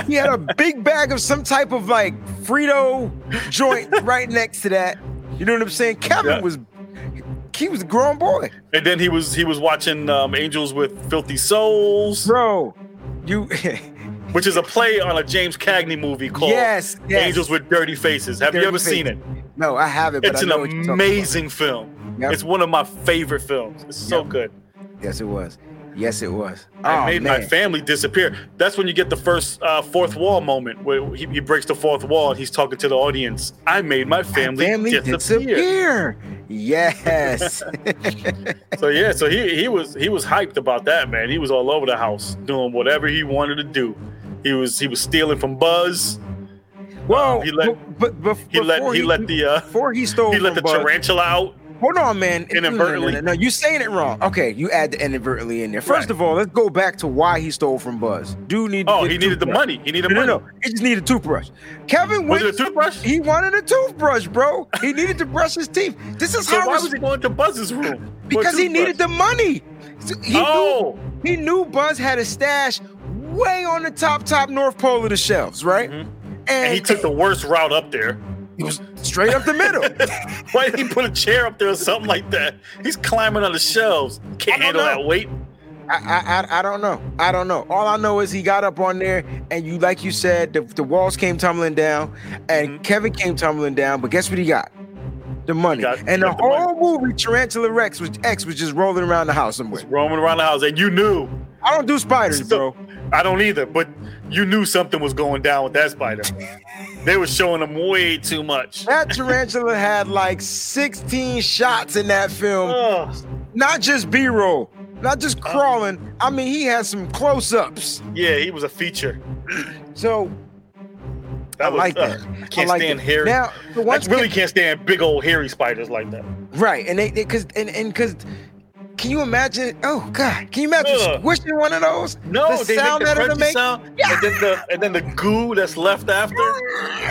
S1: he had a big bag of some type of like Frito joint right next to that. You know what I'm saying? Kevin
S2: Yeah.
S1: was he was a grown boy,
S2: And then he was he was watching um, Angels with Filthy Souls,
S1: bro. You
S2: which is a play on a James Cagney movie called
S1: yes, yes.
S2: Angels with Dirty Faces. Have
S1: Dirty
S2: you ever seen
S1: Faces.
S2: it?
S1: No, I haven't. But
S2: It's
S1: I
S2: an
S1: know what you're talking about.
S2: amazing film.
S1: Yep.
S2: It's one of my favorite films. It's so
S1: Yep.
S2: good.
S1: Yes, it was. Yes, it was.
S2: I
S1: Oh,
S2: made
S1: man.
S2: my family disappear. That's when you get the first uh, fourth wall moment where he, he breaks the fourth wall and he's talking to the audience. I made my family, disappear.
S1: disappear. Yes.
S2: So yeah, so he he was he was hyped about that man. He was all over the house doing whatever he wanted to do. He was he was stealing from Buzz.
S1: Well,
S2: He let-
S1: but, but
S2: He let
S1: before
S2: he, let the uh,
S1: before he stole
S2: he let the
S1: from Bud-
S2: tarantula out.
S1: Hold on, man. No, no, no,
S2: Inadvertently.
S1: No, no, you saying it wrong. Okay, you add the inadvertently in there. First
S2: Right.
S1: of all, let's go back to why he stole from Buzz. Dude needed.
S2: Oh,
S1: get
S2: he
S1: a
S2: needed the
S1: toothbrush.
S2: money. He needed
S1: No,
S2: money.
S1: no, no. He just needed a toothbrush. Kevin
S2: Was
S1: went.
S2: it a toothbrush?
S1: He wanted a toothbrush, bro. He needed to brush his teeth. This is
S2: So
S1: how
S2: why
S1: res-
S2: was he going to Buzz's room? for a
S1: because he
S2: toothbrush?
S1: needed the money. So He knew
S2: oh,
S1: he knew Buzz had a stash way on the top, top North Pole of the shelves, right?
S2: Mhm. and he took the worst route up there.
S1: it was straight up the middle.
S2: Why did he put a chair up there or something like that? He's climbing on the shelves. Can't
S1: I don't
S2: handle
S1: know.
S2: that weight.
S1: I, I, I I don't know. I don't know. All I know is he got up on there, and you, like you said, the, the walls came tumbling down, and
S2: Mhm.
S1: Kevin came tumbling down. But guess what he got? The money.
S2: got-
S1: and
S2: he
S1: the
S2: got the money.
S1: whole movie, Tarantula Rex was X was just rolling around the house somewhere.
S2: Roaming around the house, and you knew.
S1: I don't do spiders,
S2: So-
S1: bro.
S2: I don't either, but you knew something was going down with that spider. they were showing him way too much.
S1: That tarantula had like 16 shots in that film.
S2: Ugh.
S1: Not just B-roll, not just
S2: Uh-huh.
S1: crawling. I mean, he had some close-ups.
S2: yeah, he was a feature.
S1: So
S2: That
S1: I
S2: was,
S1: like that.
S2: ugh, I can't
S1: I like
S2: stand
S1: that.
S2: hairy.
S1: Now, the
S2: I
S1: one
S2: really can't stand big old hairy spiders like that.
S1: Right, and they because and and because can you imagine? Oh God, can you imagine
S2: Ugh.
S1: squishing one of those?
S2: No,
S1: The
S2: they
S1: sound
S2: make
S1: that
S2: the
S1: it'll
S2: crunchy
S1: make-
S2: sound, and then the and then the goo that's left after.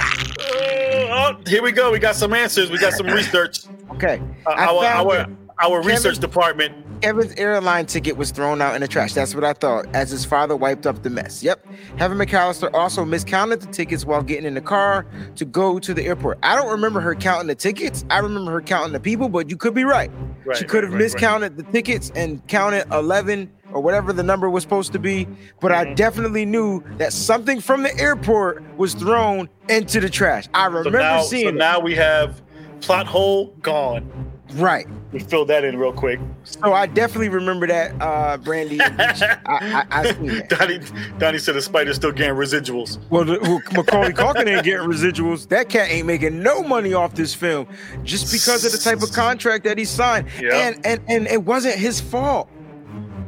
S2: Ugh, oh, here we go. We got some answers. We got some research.
S1: Okay,
S2: Uh,
S1: I
S2: our
S1: found
S2: our
S1: it.
S2: our
S1: Kevin-
S2: research department.
S1: Kevin's airline ticket was thrown out in the trash. That's what I thought. As his father wiped up the mess. Yep. Heaven McAllister also miscounted the tickets while getting in the car to go to the airport. I don't remember her counting the tickets. I remember her counting the people, but you could be right.
S2: Right,
S1: she could have
S2: right, right, right.
S1: miscounted the tickets and counted 11 or whatever the number was supposed to be but i
S2: Mhm.
S1: definitely knew that something from the airport was thrown into the trash i remember
S2: so now, so
S1: seeing that.
S2: now we have plot hole gone.
S1: right
S2: We filled that in real quick.
S1: so i definitely remember that uh brandy I, I, I seen that.
S2: Donnie, Donnie said the spider's still getting residuals.
S1: Well, the, well, Macaulay Culkin ain't getting residuals. That cat ain't making no money off this film just because of the type of contract that he signed.
S2: Yeah.
S1: And, and and it wasn't his fault.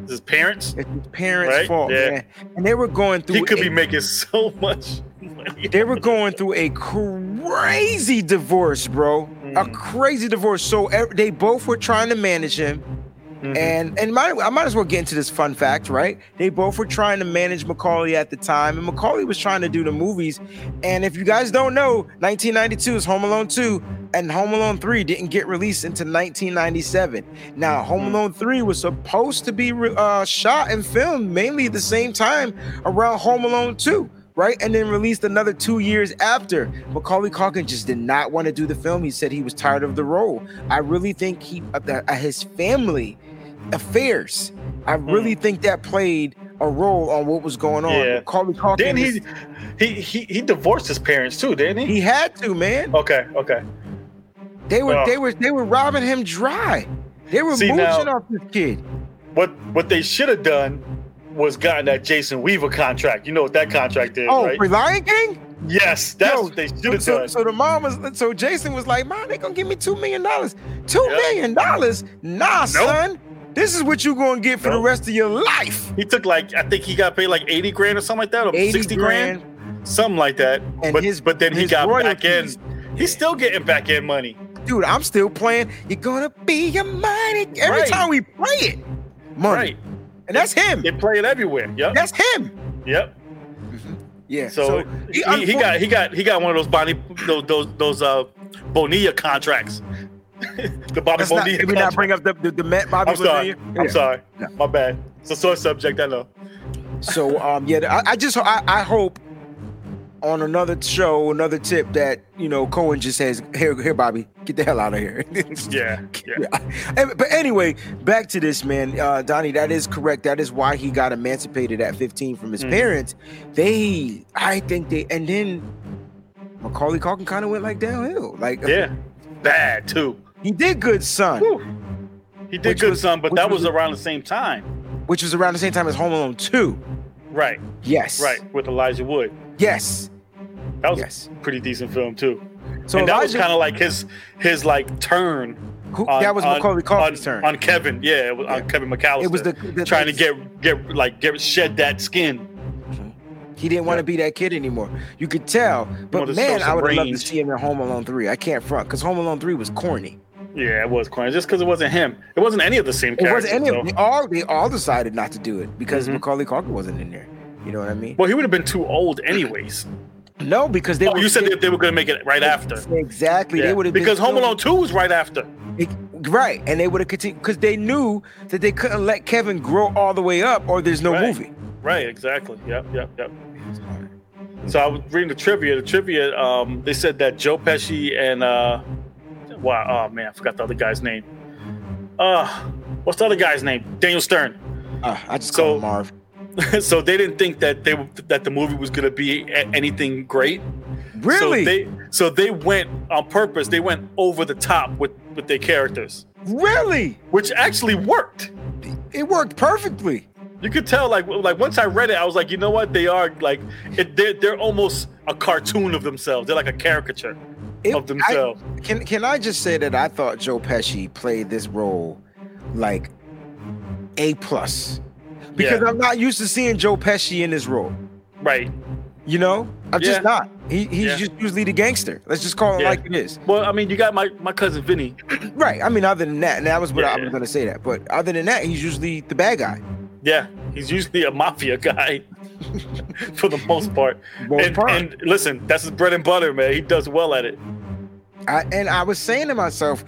S2: His parents,
S1: It's his parents'
S2: Right?
S1: fault,
S2: Yeah.
S1: man. And they were going through
S2: he could
S1: a
S2: be making so much money.
S1: they were going through a crazy divorce, bro. A
S2: Mhm.
S1: crazy divorce. So ev- they both were trying to manage him,
S2: Mhm.
S1: and and might, I might as well get into this fun fact, right? They both were trying to manage Macaulay at the time, and Macaulay was trying to do the movies. And if you guys don't know, 1992 is Home Alone 2, and Home Alone 3 didn't get released until 1997. Now, Home
S2: Mhm.
S1: Alone 3 was supposed to be re- uh, shot and filmed mainly at the same time around Home Alone 2 right? And then released another two years after. Macaulay Culkin just did not want to do the film. He said he was tired of the role. I really think he, uh, the- uh, his family affairs, I
S2: Hmm.
S1: really think that played a role on what was going on.
S2: Yeah.
S1: Macaulay Culkin,
S2: Didn't
S1: is-
S2: he, he? He he divorced his parents too, didn't he?
S1: he had to, man.
S2: Okay, okay.
S1: They were,
S2: Well.
S1: they were, they were robbing him dry. They were
S2: See,
S1: mooching
S2: now-
S1: off this kid.
S2: What what they should have done was gotten that Jason Weaver contract. You know what that contract is,
S1: Oh,
S2: right?
S1: for Lion King?
S2: Yes, that's
S1: Yo,
S2: what they should
S1: So,
S2: have
S1: so,
S2: done.
S1: so the mom was, so Jason was like, "Mom, they gonna give me two million dollars. Two
S2: Yep.
S1: million dollars? Nah, son. This is what you gonna get for the
S2: Nope.
S1: rest of your life.
S2: he took like I think he got paid like eighty grand or something like that, or
S1: Eighty
S2: sixty grand,
S1: grand,
S2: something like that.
S1: And
S2: but
S1: his-
S2: but then he
S1: his
S2: got back in.
S1: royalties.
S2: He's still getting back in money.
S1: dude. I'm still playing. You're gonna be your money every
S2: Right.
S1: time we play it. Money,
S2: Right.
S1: and that's him.
S2: They play it everywhere. Yep.
S1: That's him.
S2: Yep.
S1: Yeah.
S2: So, he, he,
S1: unfor-
S2: got he got he got one of those Bonnie those those, those uh Bonilla contracts. the Bobby
S1: Let's not,
S2: Bonilla.
S1: did we not
S2: contract.
S1: bring up the, the, the Met Bobby
S2: I'm sorry.
S1: Bonilla?
S2: I'm
S1: Yeah.
S2: sorry.
S1: No.
S2: My bad. It's a sore subject. I know.
S1: So um, yeah, I, I just I, I hope on another show, another tip that you know Cohen just says, "Here, here, Bobby, get the hell out of here."
S2: Yeah. Yeah.
S1: And- But anyway, back to this man, uh, Donnie. That is correct. That is why he got emancipated at 15 from his
S2: Mhm.
S1: parents. They, I think they, and then Macaulay Culkin kind of went like downhill. Like
S2: Yeah. Bad too.
S1: he did good, son,
S2: Whew. He did
S1: Which
S2: good,
S1: was-
S2: son, but
S1: which
S2: that
S1: was
S2: was
S1: a-
S2: around the same time.
S1: which was around the same time as Home Alone 2.
S2: Right.
S1: Yes,
S2: Right. With Elijah Wood.
S1: yes,
S2: That was
S1: yes.
S2: a pretty decent film too.
S1: So
S2: and that was
S1: Elijah,
S2: kind of like his his like turn.
S1: who,
S2: on-
S1: that was
S2: on-
S1: Macaulay Culkin's
S2: on,
S1: turn.
S2: on Kevin. Yeah, it was
S1: Yeah.
S2: on Kevin McAllister.
S1: it was the, the
S2: trying to get get like get shed that skin.
S1: He didn't want to be
S2: Yeah.
S1: that kid anymore. You could tell. But
S2: wanted to
S1: man,
S2: show
S1: I
S2: some
S1: would have loved to
S2: range.
S1: see him in Home Alone 3. I can't front because Home Alone 3 was corny.
S2: Yeah, it was corny. Just because it wasn't him, it wasn't any of the same
S1: It
S2: characters.
S1: wasn't any of
S2: though.
S1: they all they all decided not to do it because
S2: Mhm.
S1: Macaulay Culkin wasn't in there. You know what I mean?
S2: Well, he would have been too old anyways.
S1: No, because they
S2: Oh,
S1: were
S2: you said that they were going to make it right after.
S1: exactly
S2: Yeah,
S1: they would have
S2: because Home Alone Two was right after.
S1: right, and they would have continued because they knew that they couldn't let Kevin grow all the way up or there's no
S2: Right.
S1: movie.
S2: Right, exactly. Yep, yep, yep. So I was reading the trivia. The trivia, um, they said that Joe Pesci and uh, wow, oh man, I forgot the other guy's name. Uh, what's the other guy's name? Daniel Stern.
S1: Uh, I just call
S2: So-
S1: him Marv.
S2: so they didn't think that they that the movie was going to be a- anything great.
S1: Really,
S2: So they so they went on purpose. They went over the top with with their characters,
S1: really,
S2: which actually worked.
S1: it worked perfectly.
S2: You could tell, like, like once I read it, I was like, you know what? They are like, it, they're they're almost a cartoon of themselves. They're like a caricature
S1: It-
S2: of
S1: I-
S2: themselves.
S1: Can can I just say that I thought Joe Pesci played this role like a plus because
S2: Yeah.
S1: I'm not used to seeing Joe Pesci in this role.
S2: right.
S1: You know, I'm
S2: Yeah.
S1: just not. He he's
S2: Yeah.
S1: just usually the gangster. Let's just call it
S2: Yeah.
S1: like it is.
S2: Well, I mean, you got my my cousin Vinny.
S1: Right. I mean, other than that, and that was what I
S2: Yeah.
S1: was gonna say that. But other than that, he's usually the bad guy.
S2: Yeah, he's usually a mafia guy for the most part.
S1: Most
S2: and,
S1: part.
S2: and listen, that's his bread and butter, man. He does well at it.
S1: I, and I was saying to myself,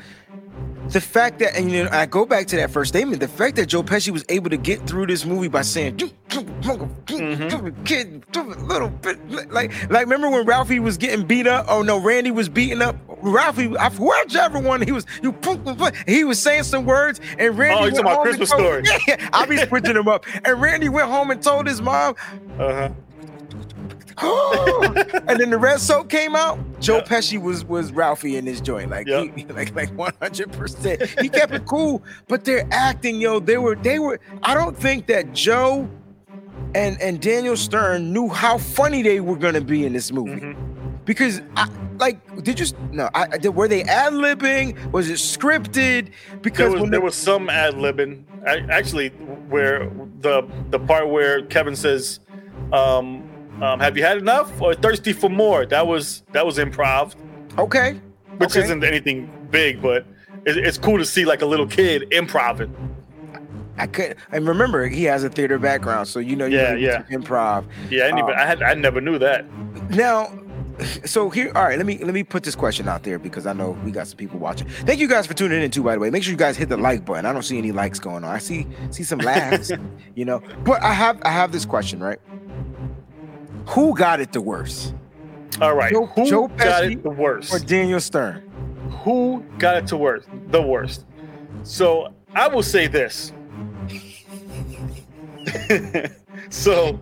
S1: the fact that and you know, I go back to that first statement, the fact that Joe Pesci was able to get through this movie by saying "Do, do, muggle, do,
S2: Mm-hmm.
S1: do, kid do, little bit like like remember when Ralphie was getting beat up? Oh no, Randy was beating up Ralphie. I whichever one he was you he was saying some words and Randy
S2: Oh, you're
S1: went
S2: talking
S1: home
S2: about
S1: and
S2: Christmas
S1: told-
S2: Story.
S1: Yeah, yeah, I'll be switching him up. And Randy went home and told his mom,
S2: Uh-huh.
S1: and then the red soap came out. Joe
S2: Yeah.
S1: Pesci was was Ralphie in this joint, like
S2: Yeah.
S1: he, like like one hundred percent. He kept it cool, but their acting, yo, they were they were. I don't think that Joe and and Daniel Stern knew how funny they were gonna be in this movie
S2: Mhm.
S1: because I like did you s- no? I I- did, were they ad libbing? Was it scripted?
S2: There
S1: Because
S2: was
S1: when
S2: there
S1: the-
S2: was some ad libbing. Actually, where the the part where Kevin says, um, um, "Have you had enough?" or "Thirsty for more?" That was that was improv,
S1: okay,
S2: which
S1: okay.
S2: isn't anything big, but it, it's cool to see like a little kid improving.
S1: I couldn't. And remember, he has a theater background, so you know, you
S2: Yeah,
S1: know he did some improv.
S2: Yeah, I, didn't even, I had I never knew that.
S1: Now, so here, all right. Let me let me put this question out there because I know we got some people watching. Thank you guys for tuning in too. By the way, make sure you guys hit the like button. I don't see any likes going on. I see see some laughs, you know. But I have I have this question right. Who got it the worst,
S2: All right,
S1: Joe-
S2: who
S1: Joe
S2: got
S1: Pesci
S2: it the worst?
S1: or Daniel Stern?
S2: who got it to worst? The worst. So I will say this. so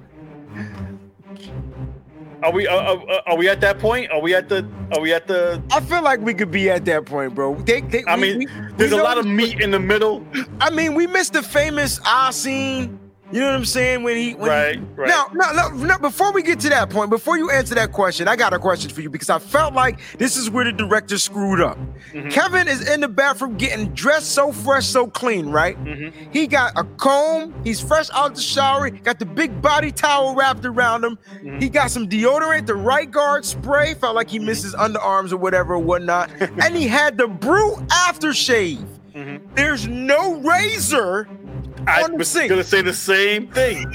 S2: are we are, are, are we at that point? Are we at the are we at the
S1: I feel like we could be at that point, bro. They, they,
S2: I
S1: we-
S2: mean,
S1: we-
S2: there's
S1: we
S2: a
S1: know-
S2: lot of meat in the middle,
S1: I mean, we missed the famous I scene. You know what I'm saying? When he when he-
S2: right? Right.
S1: Now, now, now, now, before we get to that point, before you answer that question, I got a question for you because I felt like this is where the director screwed up.
S2: Mhm.
S1: Kevin is in the bathroom getting dressed so fresh, so clean, right?
S2: Mhm.
S1: He got a comb, he's fresh out the shower, got the big body towel wrapped around him.
S2: Mhm.
S1: He got some deodorant, the right guard spray, felt like he missed his underarms or whatever or whatnot. and he had the brew aftershave.
S2: Mhm.
S1: There's no razor.
S2: I
S1: on the
S2: was
S1: sink.
S2: gonna say the same thing.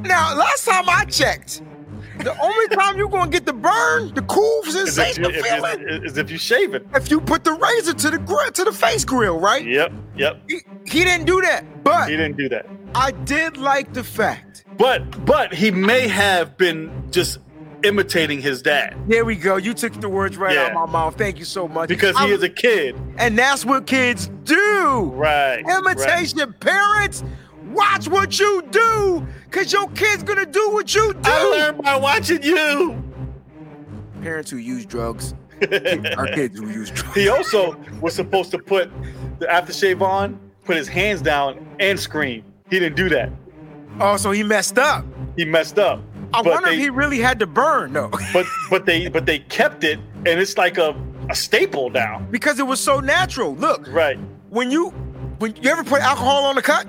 S1: Now, last time I checked, The only time you're gonna get the burn, the cool
S2: Is if, you,
S1: sensation
S2: if,
S1: feeling,
S2: you- is if you shave it.
S1: if you put the razor to the grill, to the face grill, right?
S2: Yep, yep.
S1: He, he didn't do that, but
S2: He didn't do that.
S1: I did like the fact.
S2: But but he may have been just imitating his dad
S1: There we go. You took the words right out
S2: Yeah.
S1: of my mouth. Thank you so much.
S2: because
S1: I-
S2: he is a kid.
S1: and that's what kids do.
S2: Right. right.
S1: Imitation parents. Watch what you do, cause your kid's gonna do what you do.
S2: I learned by watching you.
S1: Parents who use drugs are kids who use drugs.
S2: He also was supposed to put the aftershave on, put his hands down, and scream. He didn't do that.
S1: Oh, so he messed up.
S2: He messed up.
S1: I wonder
S2: they,
S1: if he really had to burn though,
S2: But but they but they kept it, and it's like a, a staple now.
S1: because it was so natural. Look,
S2: Right.
S1: when you when you ever put alcohol on the cut,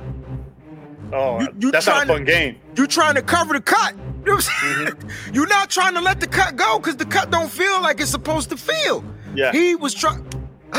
S2: Oh,
S1: You- you
S2: that's not a
S1: trying to-
S2: fun game.
S1: you trying to cover the cut. You know what I'm saying? You're not trying to let the cut go because the cut don't feel like it's supposed to feel.
S2: Yeah.
S1: He was trying.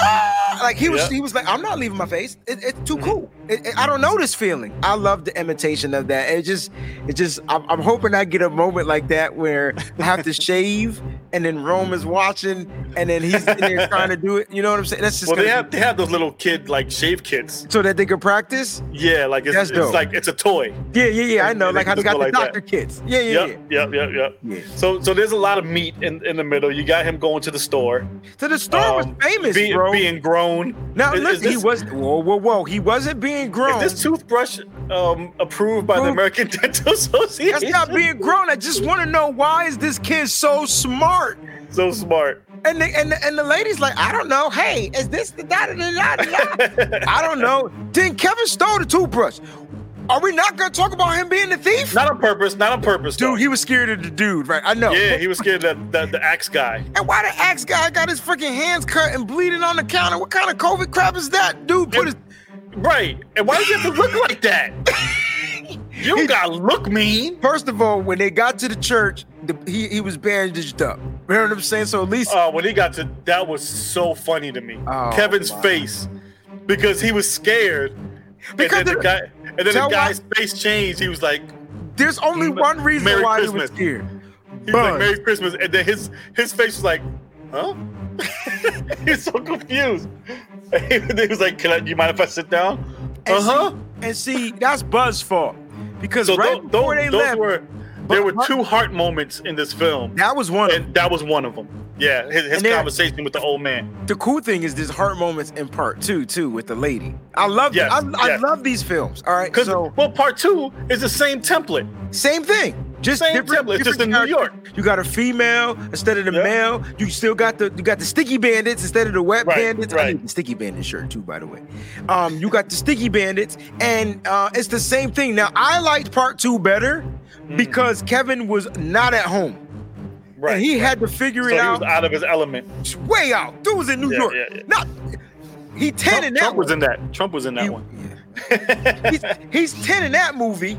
S1: Ah! like he was,
S2: Yeah.
S1: he was like, I'm not leaving my face. It, it's too cool. It, it- I don't know this feeling. I love the imitation of that. It just, it just. I'm, I'm hoping I get a moment like that where I have to shave, and then Rome is watching, and then he's in there trying to do it. You know what I'm saying? That's just
S2: well, they
S1: gonna
S2: have they have those little kid like shave kits.
S1: be- so that they can practice.
S2: Yeah, like it's,
S1: That's
S2: it's
S1: dope.
S2: like it's a toy.
S1: Yeah, yeah, yeah. I know.
S2: And they
S1: Like how they
S2: can just
S1: got
S2: go
S1: the
S2: like that.
S1: doctor kits. Yeah, yeah,
S2: Yep, yep, yep, yep.
S1: yeah. yeah.
S2: So so there's a lot of meat in, in the middle. You got him going to the store,
S1: So the store
S2: Um,
S1: was famous,
S2: be-
S1: bro.
S2: being grown.
S1: Now
S2: Is- is
S1: listen, he
S2: this-
S1: was whoa, whoa, whoa. He wasn't being
S2: Is
S1: grown.
S2: this toothbrush um, approved by the
S1: Approved.
S2: American Dental Association?
S1: That's not being grown. I just want to know why is this kid so smart?
S2: so smart.
S1: And the and the, and the lady's like, I don't know. Hey, is this the da da da da da?
S2: not
S1: I don't know. Then Kevin stole the toothbrush. Are we not gonna talk about him being the thief?
S2: on purpose. Not on purpose,
S1: Dude,
S2: dude.
S1: he was scared of the dude, right? I know.
S2: yeah, he was scared that the, the axe guy.
S1: And why the axe guy got his freaking hands cut and bleeding on the counter? What kind of COVID crap is that? Dude, put his
S2: Right. And why does he have to look like that? You
S1: He-
S2: don't gotta look mean.
S1: First of all, when they got to the church, the, he he was bandaged up. You know what I'm saying? So at least
S2: Uh, when he got to that was so funny to me.
S1: Oh,
S2: Kevin's
S1: my.
S2: face. Because he was scared.
S1: Because
S2: and then
S1: the-
S2: the guy and then the
S1: Tell
S2: guy's face changed. He was like
S1: there's only
S2: M-
S1: one reason
S2: Merry
S1: why he was
S2: Christmas.
S1: scared.
S2: he was like
S1: Buzz.
S2: Merry Christmas. And then his his face was like, huh? He's so confused. And he was like, Can I do you mind if I sit down?
S1: And
S2: Uh-huh.
S1: See, and see, that's Buzz's fault because
S2: So
S1: right
S2: tho- tho-
S1: before they
S2: those
S1: left,
S2: were there were
S1: Buzz-
S2: two heart moments in this film,
S1: that was one. of
S2: and that was one of them. Yeah, his, his
S1: And there-
S2: conversation with the old man.
S1: the cool thing is this heart moments in part two too with the lady. I love
S2: Yes,
S1: I, I
S2: yes.
S1: love these films. All right,
S2: Because
S1: so
S2: well, part two is the same template,
S1: same thing, just
S2: same
S1: different,
S2: template, just
S1: different
S2: in New
S1: characters.
S2: York.
S1: You got a female instead of the
S2: Yeah.
S1: male. You still got the you got the sticky bandits instead of the wet
S2: Right,
S1: bandits. I
S2: right.
S1: need the sticky bandit shirt too, by the way. Um, you got the sticky bandits, and uh, it's the same thing. Now I liked part two better
S2: Mm.
S1: because Kevin was not at home.
S2: Right,
S1: And he had to figure
S2: so
S1: it
S2: he was
S1: out
S2: out of his element.
S1: way out. Dude was in New
S2: Yeah,
S1: York.
S2: yeah, yeah.
S1: Not he ten in
S2: Trump,
S1: that
S2: Trump was
S1: one.
S2: in that. Trump was in that
S1: He-
S2: one.
S1: yeah. he's, he's ten in that movie,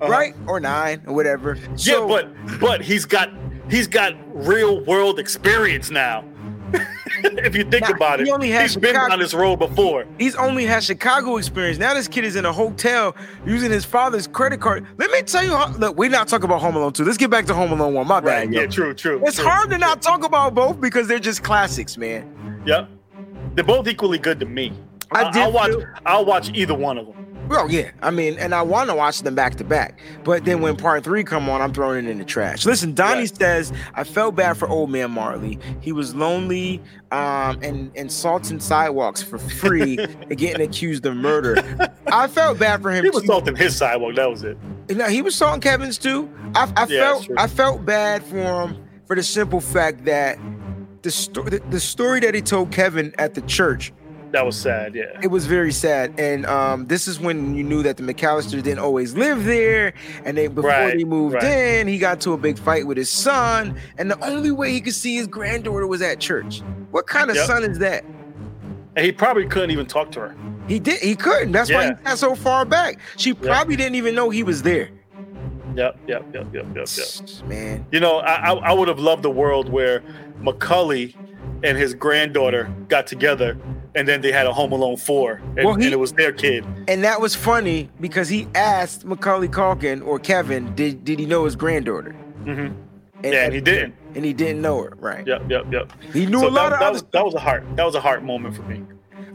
S2: Uh-huh.
S1: right? Or nine or whatever. So-
S2: yeah, but but he's got he's got real world experience now. if you think
S1: Nah,
S2: about
S1: he
S2: it,
S1: only had
S2: he's been
S1: Chicago-
S2: on this road before.
S1: He's only had Chicago experience. Now this kid is in a hotel using his father's credit card. Let me tell you, how, look, we're not talking about Home Alone 2. Let's get back to Home Alone 1. My bad,
S2: Right.
S1: yo.
S2: Yeah. True. True.
S1: It's
S2: true.
S1: hard to not talk about both because they're just classics, man.
S2: Yep. They're both equally good to me.
S1: I did
S2: will watch.
S1: feel-
S2: I'll watch either one of them.
S1: Well, yeah. I mean, and I want to watch them back to back. But then when part three come on, I'm throwing it in the trash. Listen, Donnie
S2: Right.
S1: says, I felt bad for old man Marley. He was lonely um, and, and salting sidewalks for free and getting accused of murder. I felt bad for him.
S2: He was
S1: too.
S2: salting his sidewalk. That was it.
S1: No, he was on Kevin's too. I, I
S2: Yeah,
S1: felt
S2: sure.
S1: I felt bad for him for the simple fact that the, sto- the the story that he told Kevin at the church
S2: That was sad. Yeah.
S1: it was very sad. And um, this is when you knew that the McAllisters didn't always live there, and they before
S2: Right,
S1: they moved
S2: right.
S1: in, he got to a big fight with his son, and the only way he could see his granddaughter was at church. What kind of
S2: Yep.
S1: son is that?
S2: And he probably couldn't even talk to her.
S1: He did he couldn't. That's why
S2: Yeah.
S1: he got so far back. She probably didn't even know he was there.
S2: Yep. Yep. Yep. Yep. Yep. Yep.
S1: Man,
S2: You know, I I, I would have loved a world where McCully and his granddaughter got together, and then they had a Home Alone four, and,
S1: Well, he-
S2: and it was their kid.
S1: And that was funny because he asked Macaulay Calkin or Kevin, did, did he know his granddaughter?
S2: Mm-hmm.
S1: And,
S2: Yeah, and he didn't.
S1: and he didn't know her. Right.
S2: Yep, yep, yep.
S1: He knew a
S2: So
S1: lot
S2: that,
S1: of
S2: that
S1: other
S2: was that was a heart that was a heart moment for me.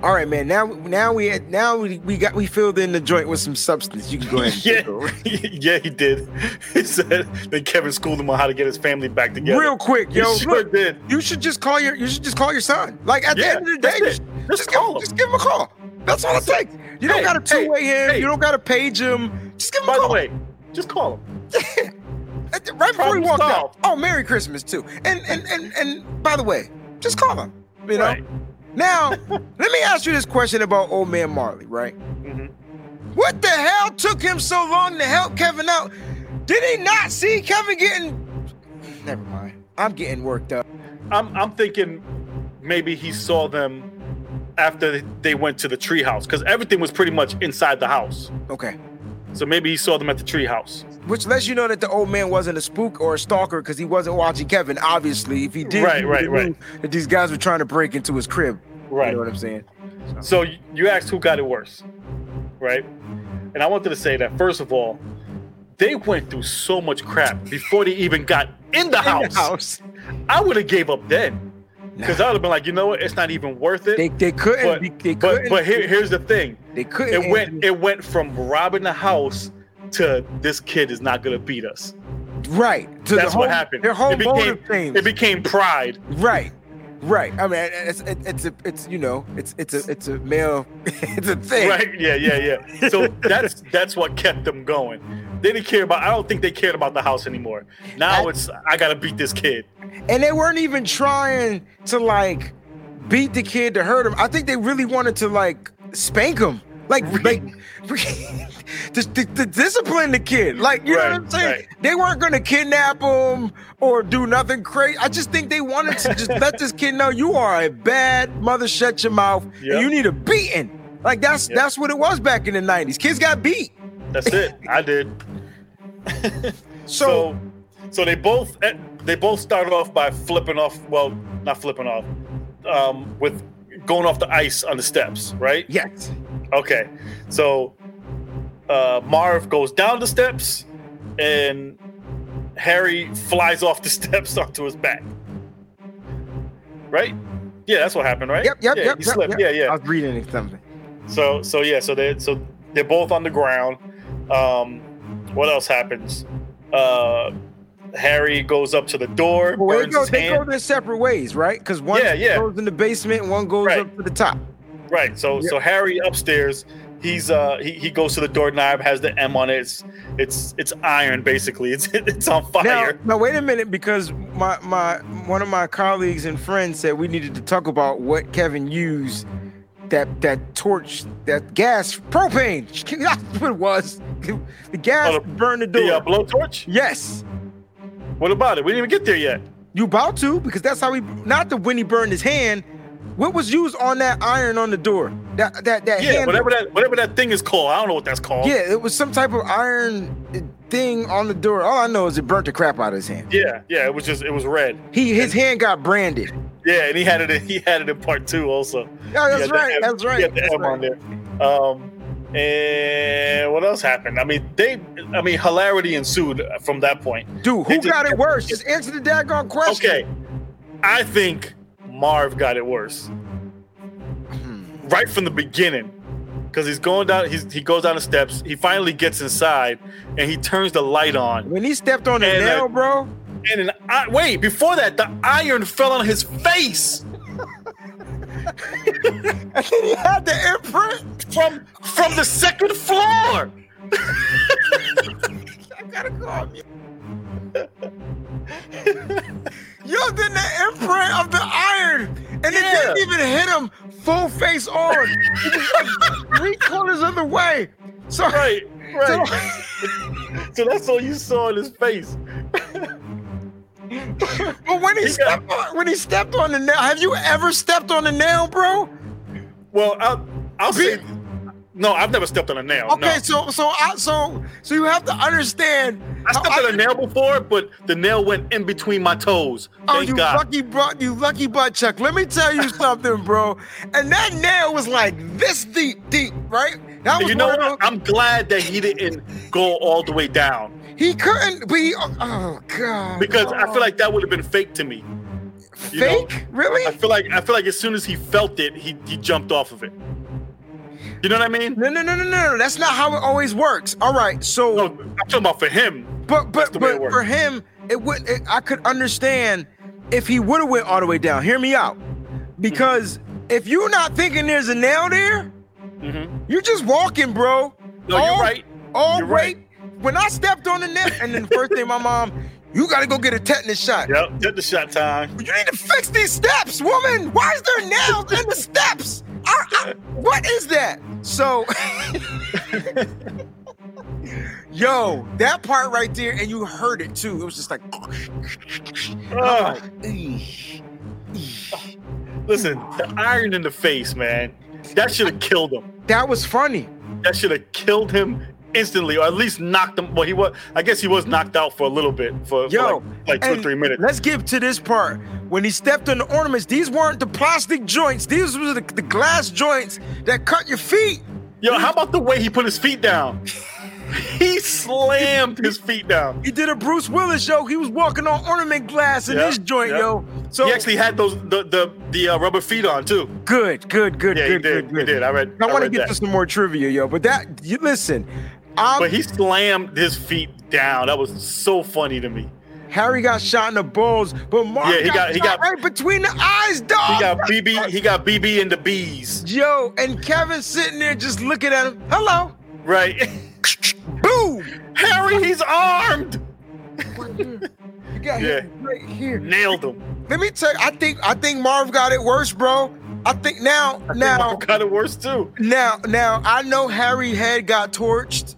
S1: All right, man. Now, now we had, now we, we got we filled in the joint with some substance. You can go ahead. and
S2: Yeah,
S1: take over.
S2: yeah, he did. He said then Kevin schooled him on how to get his family back together.
S1: Real quick,
S2: he
S1: yo.
S2: sure
S1: look,
S2: did.
S1: you should just call your you should just call your son. Like at
S2: Yeah,
S1: the end of the day,
S2: that's
S1: you
S2: it.
S1: should-
S2: Just
S1: just,
S2: call
S1: give,
S2: him.
S1: just give him a call. That's all it
S2: That's
S1: takes. You don't
S2: Hey,
S1: gotta two way him.
S2: hey.
S1: You don't gotta page him. Just give him
S2: By
S1: a
S2: the
S1: call.
S2: way, just call him.
S1: At the- right before he
S2: problem
S1: walked out.
S2: solved.
S1: Oh, Merry Christmas too. And and and and by the way, just call him. You know.
S2: Right.
S1: Now, let me ask you this question about old man Marley, right?
S2: Mhm.
S1: What the hell took him so long to help Kevin out? Did he not see Kevin getting? Never mind. I'm getting worked up.
S2: I'm I'm thinking maybe he saw them after they went to the treehouse because everything was pretty much inside the house.
S1: Okay.
S2: So maybe he saw them at the treehouse.
S1: Which lets you know that the old man wasn't a spook or a stalker because he wasn't watching Kevin. Obviously, if he did,
S2: Right,
S1: he
S2: right,
S1: would've
S2: right.
S1: knew That these guys were trying to break into his crib. You
S2: Right.
S1: know what I'm saying?
S2: So y- you asked who got it worse, right? And I wanted to say that first of all, they went through so much crap before they even got in the, house.
S1: In the house.
S2: I would have gave up then, because I would have been like, you know what, it's not even worth it.
S1: They they couldn't.
S2: but
S1: be, they
S2: but
S1: couldn't.
S2: but here, here's the thing:
S1: they couldn't.
S2: it went it went from robbing the house to this kid is not gonna beat us.
S1: right. To
S2: That's
S1: the whole,
S2: what happened.
S1: Their whole
S2: it became,
S1: motive changed.
S2: it became pride.
S1: Right. Right. I mean, it's it, it's a it's you know it's it's a it's a male it's a thing.
S2: Right? Yeah, yeah, yeah. So that's that's what kept them going. They didn't care about. I don't think they cared about the house anymore. Now
S1: That-
S2: it's I gotta beat this kid.
S1: And they weren't even trying to like beat the kid to hurt him. I think they really wanted to like spank him, like like to, to, to discipline the kid. Like you know what I'm
S2: Right,
S1: saying?
S2: right.
S1: They weren't gonna kidnap him or do nothing crazy. I just think they wanted to just let this kid know you are a bad mother. Shut your mouth.
S2: Yep.
S1: And you need a beating. Like that's
S2: Yep.
S1: that's what it was back in the '90s. Kids got beat.
S2: That's it. I did.
S1: So,
S2: So so they both eh, they both started off by flipping off. Well, not flipping off. Um, with going off the ice on the steps, right?
S1: yes.
S2: Okay, so uh, Marv goes down the steps, and Harry flies off the steps onto his back. Right? Yeah, that's what happened, right?
S1: Yep, yep,
S2: yeah,
S1: yep,
S2: He
S1: yep,
S2: slipped.
S1: yep.
S2: Yeah, yeah.
S1: I was reading something.
S2: So, so yeah, so they so they're both on the ground. Um, what else happens? Uh, Harry goes up to the door,
S1: Well, they
S2: burns
S1: go,
S2: his
S1: they go
S2: hand.
S1: their separate ways, right? Because one
S2: Yeah, yeah.
S1: goes in the basement, and one goes
S2: Right.
S1: up to the top.
S2: Right. So so Harry upstairs, he's uh he, he goes to the doorknob, has the M on it. It's it's, it's iron basically. It's it's on
S1: Now,
S2: fire.
S1: now, wait a minute, because my my one of my colleagues and friends said we needed to talk about what Kevin used that that torch, that gas, propane. That's what it was. The gas
S2: Oh, the-
S1: burned the door.
S2: the uh, blowtorch?
S1: yes,
S2: What about it? We didn't even get there yet.
S1: you about to because that's how he. Not the when he burned his hand. What was used on that iron on the door? That that that
S2: Yeah,
S1: handle.
S2: whatever that whatever that thing is called. I don't know what that's called.
S1: Yeah, it was some type of iron thing on the door. All I know is it burnt the crap out of his hand.
S2: Yeah, yeah, it was just it was red.
S1: He his hand got branded.
S2: Yeah, and he had it in, he had it in part two also.
S1: Yeah,
S2: He
S1: that's
S2: had the
S1: right.
S2: M-
S1: That's right.
S2: He had the
S1: that's
S2: M
S1: right.
S2: on there. Um, and what else happened? I mean, they I mean hilarity ensued from that point.
S1: Dude,
S2: They
S1: who
S2: just-
S1: got it worse? Just answer the daggone question.
S2: Okay. I think Marv got it worse.
S1: Hmm.
S2: Right from the beginning. Cause he's going down, he's, he goes down the steps. He finally gets inside and he turns the light on.
S1: When he stepped on the
S2: And, uh,
S1: nail, bro,
S2: And an I, wait, before that, the iron fell on his face
S1: and then he had the imprint.
S2: from from the second floor.
S1: I gotta call him. Yo, then the imprint of the iron, and
S2: Yeah.
S1: it didn't even hit him full face on. It was like three quarters of the way. So
S2: Right, right.
S1: So-
S2: So that's all you saw in his face.
S1: But when he,
S2: He got-
S1: stepped on, when he stepped on the nail, have you ever stepped on the nail, bro?
S2: Well, I'll, I'll
S1: Be-
S2: say, no, I've never stepped on a nail.
S1: Okay,
S2: Oh, no.
S1: so so I so so you have to understand.
S2: I
S1: how
S2: stepped on a nail before, but the nail went in between my toes.
S1: Oh,
S2: Thank
S1: you
S2: God.
S1: lucky, bro! You lucky butt chuck. Let me tell you something, bro. And that nail was like this deep, deep, right? That
S2: And
S1: was
S2: you know
S1: one of
S2: what?
S1: those-
S2: I'm glad that he didn't go all the way down.
S1: He couldn't be. Oh god.
S2: because I feel like that would have been fake to me. you know,
S1: fake.
S2: I
S1: really?
S2: feel like I feel like as soon as he felt it, he he jumped off of it. You know what I mean?
S1: No, no, no, no, no, no. That's not how it always works. All right. So,
S2: No, I'm talking about for him.
S1: but but
S2: the way it
S1: but for
S2: works.
S1: him, it would. It, I could understand if he would have went all the way down. Hear me out, because if you're not thinking there's a nail there,
S2: Mhm.
S1: you're just walking, bro.
S2: No, you're
S1: All-
S2: right.
S1: All
S2: You're
S1: right.
S2: right.
S1: When I stepped on the net, and then the first thing my mom, you gotta go get a tetanus shot.
S2: Yep, get the shot time.
S1: You need to fix these steps, woman. Why is there nails in the steps? I, I, what is that? So, yo, that part right there, and you heard it too. It was just like,
S2: Ugh.
S1: eesh.
S2: listen, the iron in the face, man. That should have killed him.
S1: that was funny.
S2: That should have killed him instantly, or at least knocked him. Well, he was. I guess he was knocked out for a little bit, for, for
S1: Yo,
S2: like, like two or
S1: and
S2: three minutes.
S1: Let's get to this part. When he stepped on the ornaments, these weren't the plastic joints. These were the, the glass joints that cut your feet.
S2: Yo, how about the way he put his feet down? he slammed his feet down.
S1: He did a Bruce Willis show. He was walking on ornament glass in
S2: Yeah,
S1: this joint,
S2: yeah.
S1: yo. So
S2: he actually had those the the the uh, rubber feet on too.
S1: good, good, good,
S2: Yeah,
S1: good,
S2: he did.
S1: good, good.
S2: He did. I read.
S1: I want to
S2: read
S1: get
S2: that.
S1: to some more trivia, yo. But that, you, listen, I'm,
S2: But he slammed his feet down. That was so funny to me.
S1: Harry got shot in the balls, but Mark
S2: Yeah, he got- he
S1: shot
S2: got-
S1: right between the eyes, dog.
S2: He got BB. He got BB and the bees.
S1: yo, and Kevin sitting there just looking at him. Hello,
S2: Right,
S1: boom.
S2: Harry. He's armed.
S1: Right here. You got
S2: Yeah.
S1: hit right here.
S2: Nailed him.
S1: Let me tell you, I think I think Marv got it worse, bro. I think now, now.
S2: Marv got it worse too.
S1: Now, now I know Harry head got torched.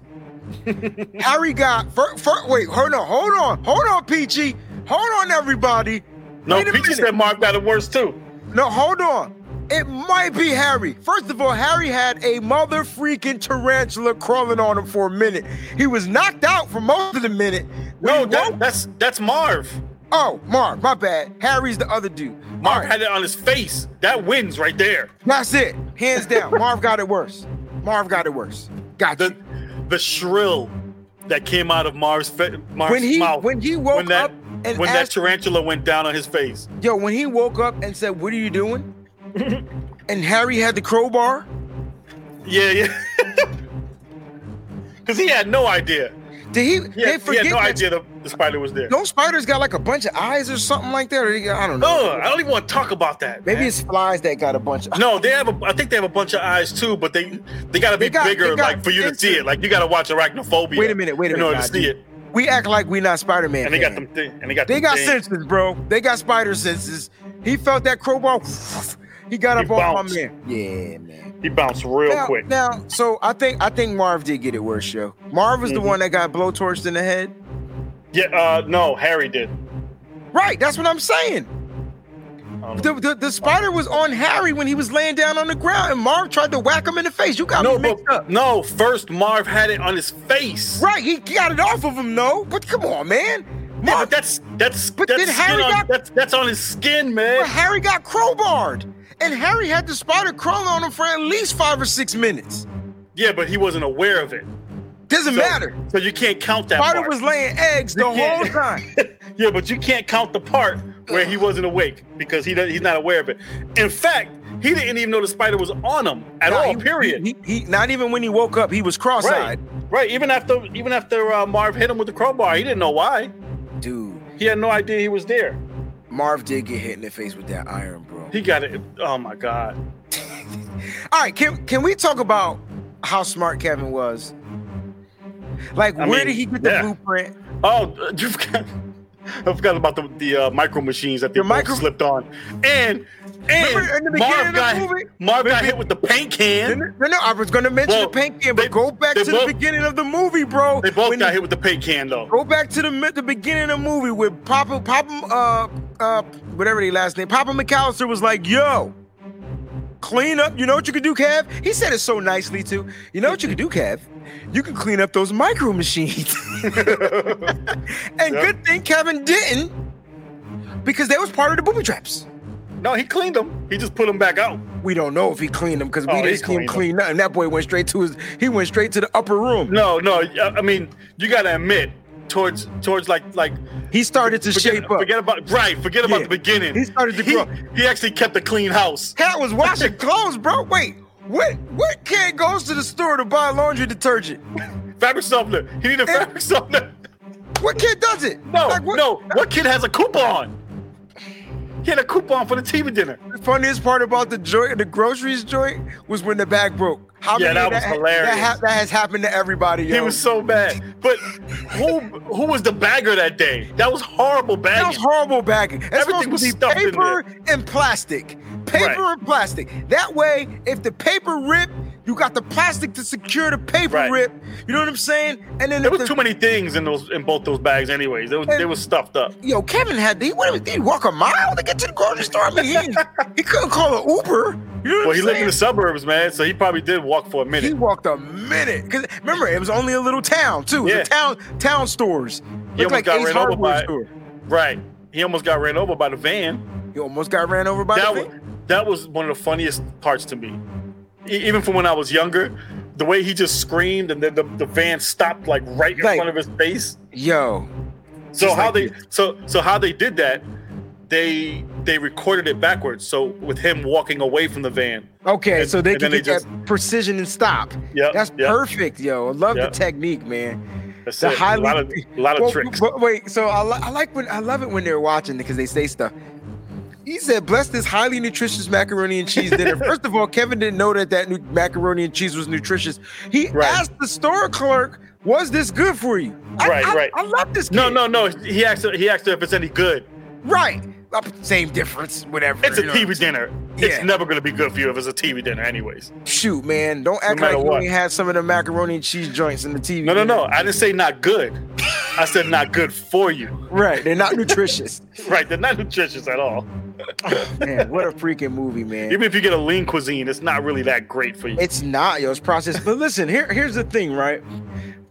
S1: Harry got fir- fir- wait, hold on, hold on, hold on, Peachy, hold on, everybody.
S2: No,
S1: Wait a
S2: Peachy
S1: minute.
S2: said Marv got it worse too.
S1: No, hold on. It might be Harry. First of all, Harry had a mother freaking tarantula crawling on him for a minute. He was knocked out for most of the minute. When
S2: No,
S1: he
S2: that,
S1: woke-
S2: that's that's Marv.
S1: oh, Mark, my bad. Harry's the other dude.
S2: Marv
S1: Alright,
S2: had it on his face. That wins right there.
S1: that's it. Hands down, Marv got it worse. Marv got it worse. Got you.
S2: The the shrill that came out of Marv's, fe- Marv's
S1: when he
S2: mouth
S1: when he woke
S2: when
S1: up
S2: that
S1: and
S2: when that
S1: asked,
S2: tarantula went down on his face.
S1: yo, when he woke up and said, "What are you doing?" and Harry had the crowbar.
S2: Yeah, yeah. Because he had no idea.
S1: Did he?
S2: He had,
S1: they
S2: he
S1: forget
S2: had no
S1: that
S2: idea the, the spider was there. No,
S1: those spiders got like a bunch of eyes or something like that. Or they got- I don't know.
S2: Uh, I don't even want to talk about that.
S1: Maybe
S2: Oh, man.
S1: it's flies that got a bunch. Of,
S2: no. They have a. I think they have a bunch of eyes too, but they they gotta
S1: They
S2: be
S1: got- they
S2: bigger,
S1: got
S2: like for you to see
S1: instant-
S2: it. Like you gotta watch arachnophobia.
S1: Wait a minute, wait a
S2: In order
S1: minute,
S2: to see
S1: nah,
S2: it,
S1: we act like we not Spider Man.
S2: and they got them. Thi- and they got.
S1: They
S2: them
S1: got
S2: things.
S1: senses, bro. They got spider senses. He felt that crowbar. He got
S2: He
S1: up on my
S2: bounced.
S1: man. Yeah, man.
S2: He bounced real
S1: now,
S2: quick.
S1: Now, so I think I think Marv did get it worse, yo. Marv was
S2: Mhm.
S1: the one that got blowtorched in the head.
S2: Yeah. Uh, no, Harry did.
S1: Right, that's what I'm saying.
S2: I don't know.
S1: The, the, the spider was on Harry when he was laying down on the ground, and Marv tried to whack him in the face. You got
S2: No,
S1: me mixed
S2: but
S1: up.
S2: no. First, Marv had it on his face.
S1: Right, he got it off of him, though. But come on, man.
S2: Yeah,
S1: Marv,
S2: but that's that's
S1: But
S2: that's
S1: then
S2: skin
S1: Harry
S2: on,
S1: got-
S2: that's that's on his skin, man.
S1: Harry got crowbarred, and Harry had the spider crawling on him for at least five or six minutes.
S2: Yeah, but he wasn't aware of it.
S1: Doesn't
S2: So-
S1: matter.
S2: So you can't count that
S1: Spider
S2: part.
S1: was laying eggs the
S2: You
S1: whole
S2: can't-
S1: time.
S2: yeah, but you can't count the part where he wasn't awake because he does, he's not aware of it. In fact, he didn't even know the spider was on him at
S1: Nah,
S2: all.
S1: he-
S2: period.
S1: He, he- not even when he woke up, he was cross-eyed.
S2: right. Right. Even after even after uh, Marv hit him with the crowbar, he didn't know why.
S1: Dude,
S2: He had no idea he was there.
S1: Marv did get hit in the face with that iron, bro.
S2: He got it. Oh my god.
S1: All right, can can we talk about how smart Kevin was? Like,
S2: I
S1: where
S2: mean,
S1: did he get the
S2: yeah.
S1: blueprint?
S2: Oh, you forgot. I forgot about the, the uh, micro machines that they
S1: Your
S2: both
S1: micro-
S2: slipped on, and
S1: Remember in the
S2: and
S1: beginning of
S2: Marv
S1: the
S2: got
S1: movie?
S2: Marv got hit with the paint can.
S1: No, no, I was gonna mention
S2: Well,
S1: the paint can, but
S2: they-
S1: go back
S2: they
S1: to the
S2: both-
S1: beginning of the movie, bro.
S2: They both
S1: When
S2: got
S1: he-
S2: hit with the paint can though.
S1: Go back to the mi- the beginning of the movie with Papa Papa uh uh whatever the last name Papa McAllister was like, yo, clean up. You know what you could do, Kev? He said it so nicely too. You know what you could do, Kev? You can clean up those micro machines. Oh. and
S2: Yep.
S1: good thing Kevin didn't, because they was part of the booby traps.
S2: No, he cleaned them. He just put them back out.
S1: We don't know if he cleaned them because we
S2: Oh, he
S1: didn't see him clean
S2: cleaned 'em.
S1: nothing. That boy went straight to his he went straight to the upper room.
S2: No, no. I I mean, you gotta admit towards towards like like
S1: He started to
S2: forget,
S1: shape up.
S2: forget about right. Forget about
S1: Yeah.
S2: the beginning.
S1: He started to
S2: He-
S1: grow.
S2: he actually kept a clean house.
S1: Cat was washing clothes, bro. Wait, what? What kid goes to the store to buy laundry detergent?
S2: Fabric softener. He needed
S1: Yeah.
S2: fabric softener.
S1: What kid does it?
S2: No,
S1: Like, what-
S2: no. What kid has a coupon? He had a coupon for the TV dinner.
S1: The funniest part about the joint, the groceries joint, was when the bag broke. How many
S2: Yeah, that
S1: of
S2: was
S1: ha- That,
S2: hilarious.
S1: ha- that has happened to everybody. Yo.
S2: He was so mad. But who who was the bagger that day? That was horrible
S1: that was
S2: bagging.
S1: horrible bagging. That's
S2: Everything
S1: supposed
S2: was
S1: to be
S2: stuffed in
S1: paper and plastic, paper
S2: Right.
S1: and plastic. That way, if the paper ripped, you got the plastic to secure the paper
S2: Right.
S1: rip. You know what I'm saying? And then
S2: There
S1: if the,
S2: was too many things in those in both those bags, anyways. They was, they was stuffed up.
S1: yo, Kevin had he what did he walk a mile to get to the grocery store? I mean, he, he couldn't call an Uber. You know what
S2: Well, he
S1: I'm
S2: lived in
S1: saying?
S2: the suburbs, man, so he probably did walk for a
S1: he
S2: minute.
S1: walked a minute. Cause remember, it was only a little town too. It was
S2: Yeah.
S1: a town town stores.
S2: He
S1: Looked
S2: almost got ran over
S1: Hardware
S2: by- Right. He almost got ran over by the van.
S1: He almost got ran over by
S2: That
S1: the
S2: was,
S1: van.
S2: that was one of the funniest parts to me. E- Even from when I was younger, the way he just screamed and then the, the van stopped like right in
S1: Right.
S2: front of his face.
S1: Yo,
S2: So
S1: Just
S2: how
S1: like
S2: they
S1: you.
S2: so so how they did that? They they recorded it backwards. So with him walking away from the van.
S1: okay,
S2: And-
S1: so they
S2: and
S1: can
S2: then
S1: get
S2: they
S1: that precision and stop.
S2: Yep,
S1: That's
S2: yep.
S1: perfect, yo. I love
S2: Yep.
S1: the technique, man.
S2: That's
S1: The
S2: it.
S1: highly-
S2: a lot of, a lot of
S1: Well,
S2: tricks.
S1: But wait, so I, li- I like when I love it when they're watching because they say stuff. He said, "Bless this highly nutritious macaroni and cheese dinner." First of all, Kevin didn't know that that new macaroni and cheese was nutritious. He
S2: Right.
S1: asked the store clerk, "Was this good for you?" I-
S2: Right,
S1: I,
S2: right.
S1: I love this.
S2: no,
S1: kid.
S2: no, no. He asked her- he asked her if it's any good.
S1: Right. Uh, Same difference. Whatever.
S2: It's a
S1: you know.
S2: TV dinner.
S1: Yeah.
S2: It's never gonna be good for you if it's a TV dinner, anyways.
S1: Shoot, man. Don't act
S2: matter
S1: like you
S2: what.
S1: ain't had some of the macaroni and cheese joints in the TV.
S2: No, no, no. I didn't say not good. I said not good for you.
S1: Right. They're not nutritious.
S2: Right? They're not nutritious at all.
S1: man, what a freaking movie, man.
S2: Even if you get a lean cuisine, it's not really that great for you.
S1: It's not yo. It's processed. But listen, here, here's the thing, right?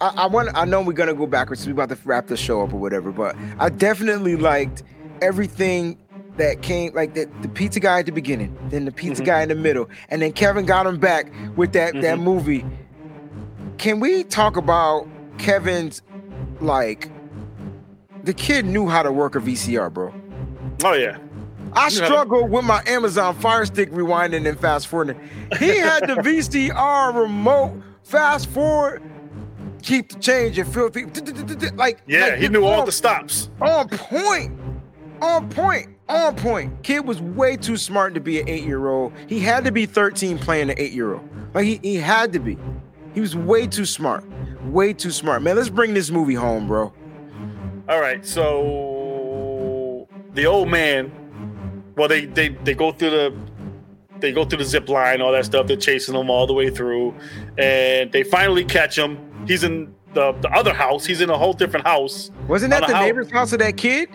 S1: I, I want. I know we're gonna go backwards. We about to wrap the show up or whatever. But I definitely liked everything that came, like the, the pizza guy at the beginning, then the pizza
S2: Mhm.
S1: guy in the middle, and then Kevin got him back with that
S2: Mm-hmm.
S1: that movie. Can we talk about Kevin's like? The kid knew how to work a VCR, bro.
S2: Oh yeah.
S1: I
S2: You had a-
S1: struggle with my Amazon Fire Stick rewinding and fast forwarding. He had the VCR remote fast forward, keep the change and filthy. Like
S2: Yeah,
S1: like,
S2: he knew all
S1: on-
S2: the stops.
S1: on point, on point, on point. Kid was way too smart to be an eight year old. He had to be thirteen playing an eight year old. Like he, he had to be. He was way too smart, way too smart. Man, let's bring this movie home, bro.
S2: All right, so the old man. Well, they they they go through the they go through the zip line, all that stuff. They're chasing him all the way through, and they finally catch him. He's in the the other house. He's in a whole different house.
S1: Wasn't that the
S2: On the house.
S1: neighbor's house of that kid?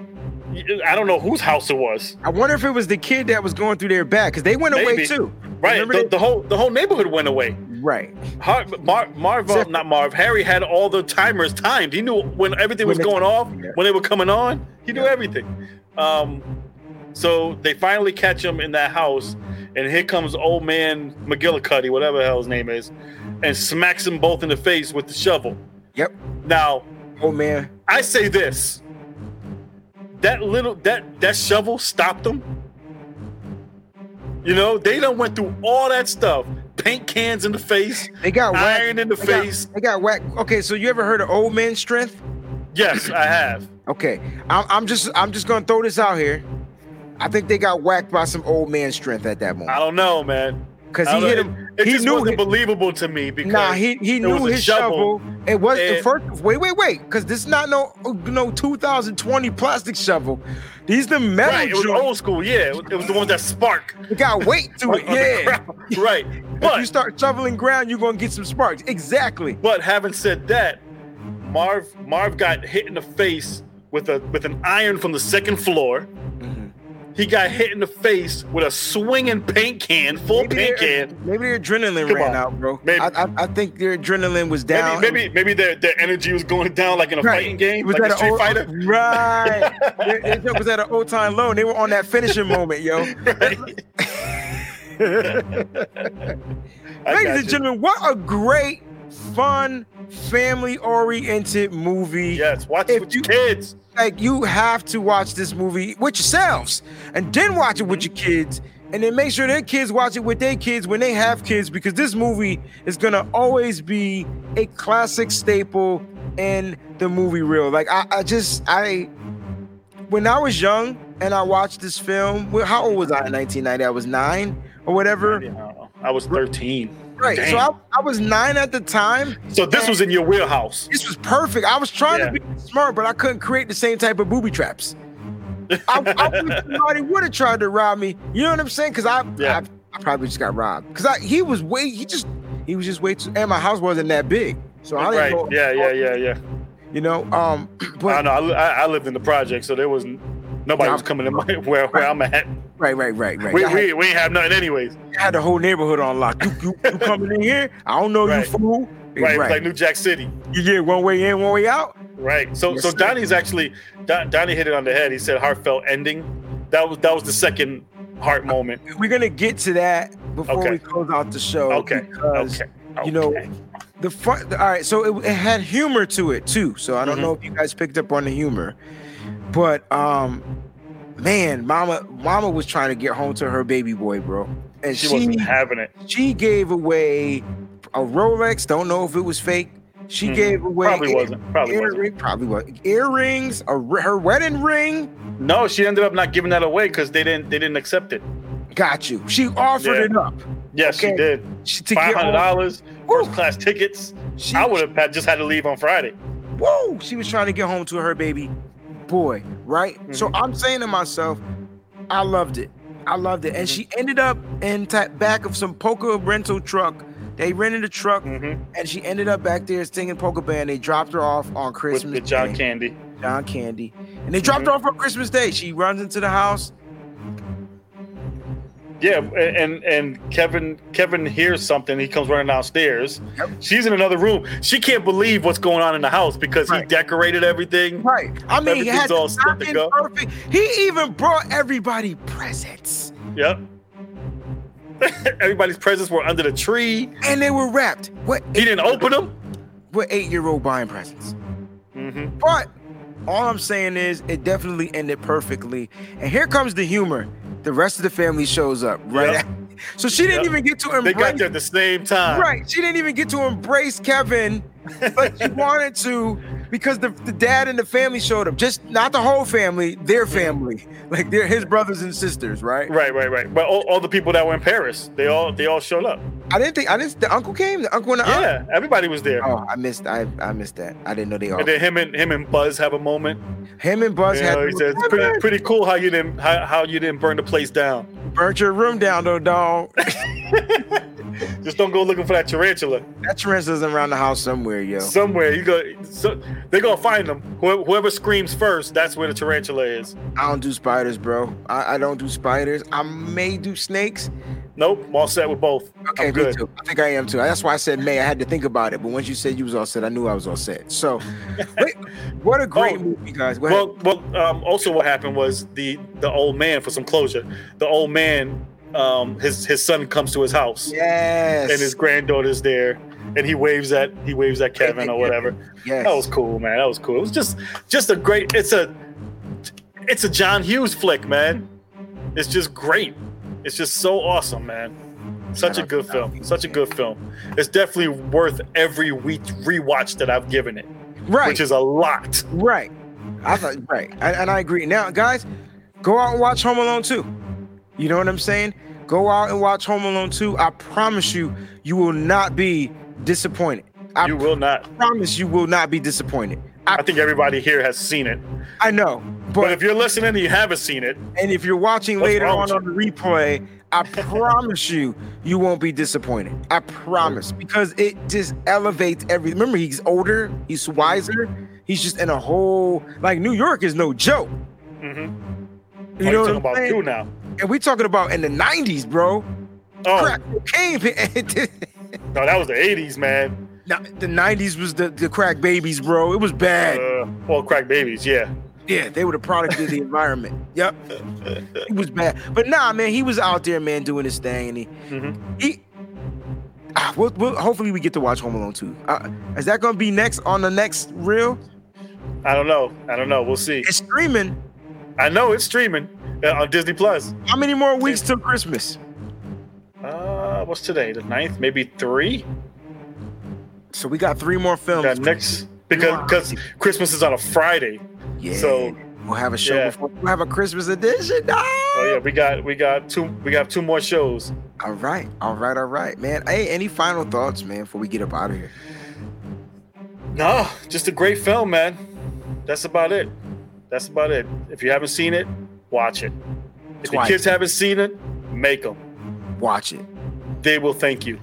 S2: I don't know whose house it was.
S1: I wonder if it was the kid that was going through their back because they went away
S2: Maybe.
S1: too.
S2: Right,
S1: Remember
S2: the, the whole the whole neighborhood went away.
S1: Right.
S2: Har- Mar- Marv,
S1: Except-
S2: not Marv. Harry had all the timers timed. He knew when everything was
S1: When it-
S2: going off,
S1: yeah.
S2: when they were coming on. He knew
S1: Yeah.
S2: everything. Um, so they finally catch him in that house, and here comes old man McGillicuddy, whatever the hell his name is, and smacks them both in the face with the shovel.
S1: Yep.
S2: Now
S1: Oh man.
S2: I say this: that little that that shovel stopped them. You know, they done went through all that stuff. Paint cans in the face,
S1: They got whacked.
S2: iron in the
S1: They got-
S2: face.
S1: they got whacked. Okay, so you ever heard of old man strength?
S2: Yes, I have.
S1: Okay. I'm, I'm just I'm just gonna throw this out here. I think they got whacked by some old man strength at that
S2: I
S1: moment.
S2: don't know, man.
S1: Because
S2: I
S1: he
S2: don't
S1: hit
S2: know.
S1: him.
S2: It
S1: he
S2: just
S1: knew
S2: wasn't
S1: his,
S2: believable to me because
S1: Nah, he, he
S2: there
S1: knew
S2: was a
S1: his shovel. It was the
S2: and-
S1: first wait, wait, wait. Cause this not no no 2020 plastic shovel. These the metal
S2: right, it was
S1: joints.
S2: old school. Yeah, it was- it was the ones that spark.
S1: It got weight to
S2: on-
S1: it.
S2: on the
S1: Yeah.
S2: ground. right.
S1: If you
S2: But
S1: start shoveling ground, you're gonna get some sparks. Exactly.
S2: but having said that, Marv Marv got hit in the face with a with an iron from the second floor. He got hit in the face with a swinging paint can, full
S1: their,
S2: paint can.
S1: maybe their adrenaline
S2: Come
S1: ran
S2: on.
S1: out, bro.
S2: Maybe.
S1: I, I, I think their adrenaline was down.
S2: Maybe maybe maybe their, their energy was going down like in a
S1: Right.
S2: fighting game,
S1: Was that
S2: like a
S1: an
S2: street
S1: old-
S2: fighter.
S1: Right. Their- their jump was at an old time low, and they were on that finishing moment, yo.
S2: Right. I
S1: Ladies
S2: got
S1: and
S2: you.
S1: gentlemen, what a great fun, family-oriented movie.
S2: Yes, watch
S1: If
S2: it with your kids.
S1: Like you have to watch this movie with yourselves, and then watch it with your kids, and then make sure their kids watch it with their kids when they have kids, because this movie is gonna always be a classic staple in the movie reel. Like I, I just I when I was young and I watched this film, well, how old was I in 1990? I was nine or whatever.
S2: Yeah, I was 13.
S1: Right. So
S2: Damn.
S1: I, I was nine at the time.
S2: So this was in your wheelhouse.
S1: This was perfect. I was trying
S2: Yeah.
S1: to be smart, but I couldn't create the same type of booby traps. I, I wish somebody would have tried to rob me. You know what I'm saying? Because I,
S2: Yeah.
S1: I, I probably just got robbed. Because I he was way he just he was just way too and my house wasn't that big, so I
S2: Right. Uh,
S1: didn't know.
S2: Yeah, yeah, yeah, yeah.
S1: You know. Um.
S2: I
S1: But
S2: know. I, li- I I lived in the project, so there was n- nobody
S1: Yeah.
S2: was coming to my where, where I'm at.
S1: right, right, right, right.
S2: We,
S1: I had-
S2: we, we ain't have nothing anyways.
S1: I had the whole neighborhood on lock. You, you, you coming in here? I don't know
S2: Right.
S1: you fool.
S2: Right. It was like New Jack City.
S1: You get one way in, one way out.
S2: Right. So
S1: Yes,
S2: so
S1: sir.
S2: Donnie's actually Don, Donnie hit it on the head. He said heartfelt ending. That was that was the second heart moment.
S1: We're gonna get to that before
S2: Okay.
S1: we close out the show.
S2: Okay.
S1: because
S2: okay.
S1: you know,
S2: okay.
S1: the fun. the- all right, so it, it had humor to it too. So I don't
S2: Mhm.
S1: know if you guys picked up on the humor, but um, man, Mama, Mama was trying to get home to her baby boy, bro, and
S2: she,
S1: she
S2: wasn't having it.
S1: she gave away a Rolex. Don't know if it was fake. She
S2: Mhm.
S1: gave away
S2: Probably
S1: ear-
S2: wasn't. Probably wasn't.
S1: earring, probably was earrings, a, ri- her wedding ring.
S2: No, she ended up not giving that away because they didn't they didn't accept it.
S1: Got you. She offered
S2: Yeah.
S1: it up
S2: Yes,
S1: Okay.
S2: she did.
S1: she, to
S2: Five hundred
S1: get home.
S2: dollars,
S1: Woo.
S2: first class tickets.
S1: She,
S2: I would have just had to leave on Friday.
S1: whoa, she was trying to get home to her baby boy, right? So
S2: Mm-hmm.
S1: I'm saying to myself, I loved it. I loved it. And she ended up in ta- back of some poker rental truck. They rented a truck
S2: hmm
S1: and she ended up back there singing poker band. They dropped her off on
S2: With,
S1: Christmas
S2: with John
S1: Day.
S2: Candy.
S1: John Candy. And they dropped her off on Christmas Day. She runs into the house.
S2: Yeah, and and Kevin Kevin hears something. He comes running downstairs.
S1: Yep.
S2: She's in another room. She can't believe what's going on in the house because he
S1: Right.
S2: decorated everything.
S1: Right. I mean, he
S2: Everything's
S1: had
S2: all
S1: all
S2: set to go.
S1: perfect. He even brought everybody presents.
S2: Yep. Everybody's presents were under the tree.
S1: And they were wrapped. What
S2: He didn't open them.
S1: what eight-year-old buying presents?
S2: hmm
S1: But all I'm saying is it definitely ended perfectly. And here comes the humor. The rest of the family shows up, right?
S2: Yep.
S1: So she didn't
S2: Yep.
S1: even get to
S2: They got
S1: embrace
S2: there at the same time.
S1: right. She didn't even get to embrace Kevin like she wanted to because the, the dad and the family showed up. Just not the whole family, their family. Like they're his brothers and sisters, right?
S2: Right, right, right. But all, all the people that were in Paris, they all they all showed up.
S1: I didn't think I didn't the uncle came, the uncle and the aunt.
S2: Yeah, everybody was there.
S1: Oh, I missed I I missed that. I didn't know they all
S2: And then him and him and Buzz have a moment.
S1: him and Buzz
S2: You
S1: had
S2: know, he said, it's pretty, pretty cool how you didn't how, how you didn't burn the place down.
S1: burnt your room down though, dog.
S2: Just don't go looking for that tarantula.
S1: That tarantula's around the house somewhere, yo.
S2: Somewhere you go, so, they're gonna find them. Whoever, whoever screams first, that's where the tarantula is.
S1: I don't do spiders, bro. I, I don't do spiders. I may do snakes.
S2: Nope, I'm all set with both.
S1: Okay,
S2: I'm
S1: me
S2: good.
S1: too. I think I am too. That's why I said may. I had to think about it. But once you said you was all set, I knew I was all set. So, wait, what a great
S2: Oh,
S1: movie, guys. Go ahead.
S2: Well, well. Um, also, what happened was the the old man for some closure. The old man, um, his his son comes to his house.
S1: yes.
S2: and his granddaughter's there, and he waves at he waves at Kevin or whatever.
S1: yes.
S2: That was cool, man. That was cool. It was just just a great. It's a it's a John Hughes flick, man. It's just great. It's just so awesome, man. Such a good film. Such a good film. It's definitely worth every week rewatch that I've given it,
S1: right.
S2: which is a lot.
S1: Right. I thought right, and, and I agree. Now, guys, go out and watch Home Alone 2. You know what I'm saying? Go out and watch Home Alone 2. I promise you, you will not be disappointed. I
S2: You will not.
S1: promise you will not be disappointed.
S2: I
S1: I,
S2: think everybody here has seen it.
S1: I know, but,
S2: But if you're listening and you haven't seen it,
S1: and if you're watching
S2: What's
S1: later
S2: wrong
S1: on on
S2: with
S1: the replay, I promise you, you won't be disappointed. I promise because it just elevates every. Remember, he's older, he's wiser, he's just in a whole like New York is no joke.
S2: mhm.
S1: You know
S2: Oh, you're
S1: what
S2: talking
S1: I'm
S2: about
S1: saying?
S2: two now.
S1: And we talking about in the nineties, bro.
S2: Oh
S1: Crack cocaine. pa-
S2: no, that was the '80s, man.
S1: Nah, the nineties was the, the crack babies, bro. It was bad.
S2: Uh, well, crack babies, yeah.
S1: yeah, they were the product of the environment. Yep,
S2: Mm-hmm.
S1: it was bad. But nah, man, he was out there, man, doing his thing, and he
S2: Mhm.
S1: he. ah, we'll, we'll, hopefully we get to watch Home Alone 2. Uh, is that going to be next on the next reel?
S2: I don't know. I don't know. We'll see.
S1: It's streaming.
S2: I know it's streaming uh, on Disney Plus.
S1: How many more weeks till Christmas?
S2: Uh, what's today? The 9th? Maybe three?
S1: So we got three more films.
S2: Got next because because Christmas is on a Friday.
S1: yeah.
S2: So
S1: we'll have a show
S2: yeah.
S1: before we have a Christmas edition.
S2: oh
S1: Ah!
S2: yeah, we got we got two we got two more shows.
S1: All right, all right, all right, man. Hey, any final thoughts, man, before we get up out of here?
S2: No, just a great film, man. That's about it. That's about it. If you haven't seen it, watch it. If
S1: Twice.
S2: the kids haven't seen it, make them.
S1: Watch it.
S2: They will thank you.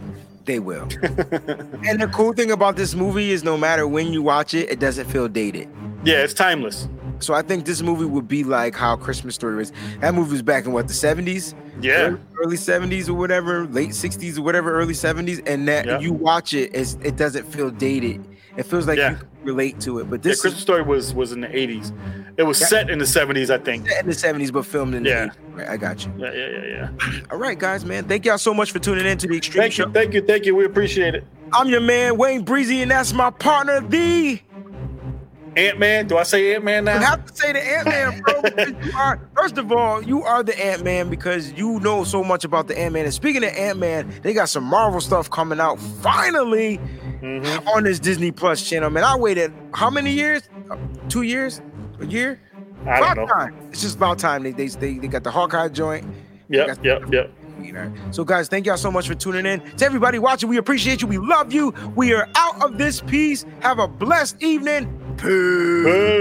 S1: They will. and the cool thing about this movie is no matter when you watch it, it doesn't feel dated.
S2: Yeah, it's timeless.
S1: So I think this movie would be like how Christmas Story is. That movie was back in what the 70s?
S2: Yeah,
S1: early- early 70s or whatever, late 60s or whatever, early 70s, and that
S2: Yeah.
S1: you watch it, it's, it doesn't feel dated. It feels like
S2: Yeah.
S1: you can relate to it. But
S2: yeah.
S1: this
S2: Christmas Story was was in the '80s. It was
S1: Yeah.
S2: set in the '70s, I think.
S1: is set in the 70s, but filmed in
S2: Yeah.
S1: the 80s. Right, I got you.
S2: Yeah, yeah, yeah, yeah.
S1: All right, guys, man. Thank y'all so much for tuning in to the Extreme
S2: Thank
S1: Show.
S2: you, thank you, thank you. We appreciate it.
S1: I'm your man, Wayne Breezy, and that's my partner, the.
S2: Ant Man, do I say Ant Man
S1: You
S2: now?
S1: have to say the Ant Man, bro. because you are, first of all, you are the Ant Man because you know so much about the Ant Man. And speaking of Ant Man, they got some Marvel stuff coming out finally.
S2: Mhm.
S1: on this Disney Plus channel, man. I waited how many years? Uh, Two years? A year?
S2: I
S1: about
S2: don't know.
S1: time. It's just about time. They, they they they got the Hawkeye joint.
S2: Yep, yep, yep.
S1: You know. So guys, thank y'all so much for tuning in. To everybody watching, we appreciate you. We love you. We are out of this piece. Have a blessed evening. Peace.
S2: Boo.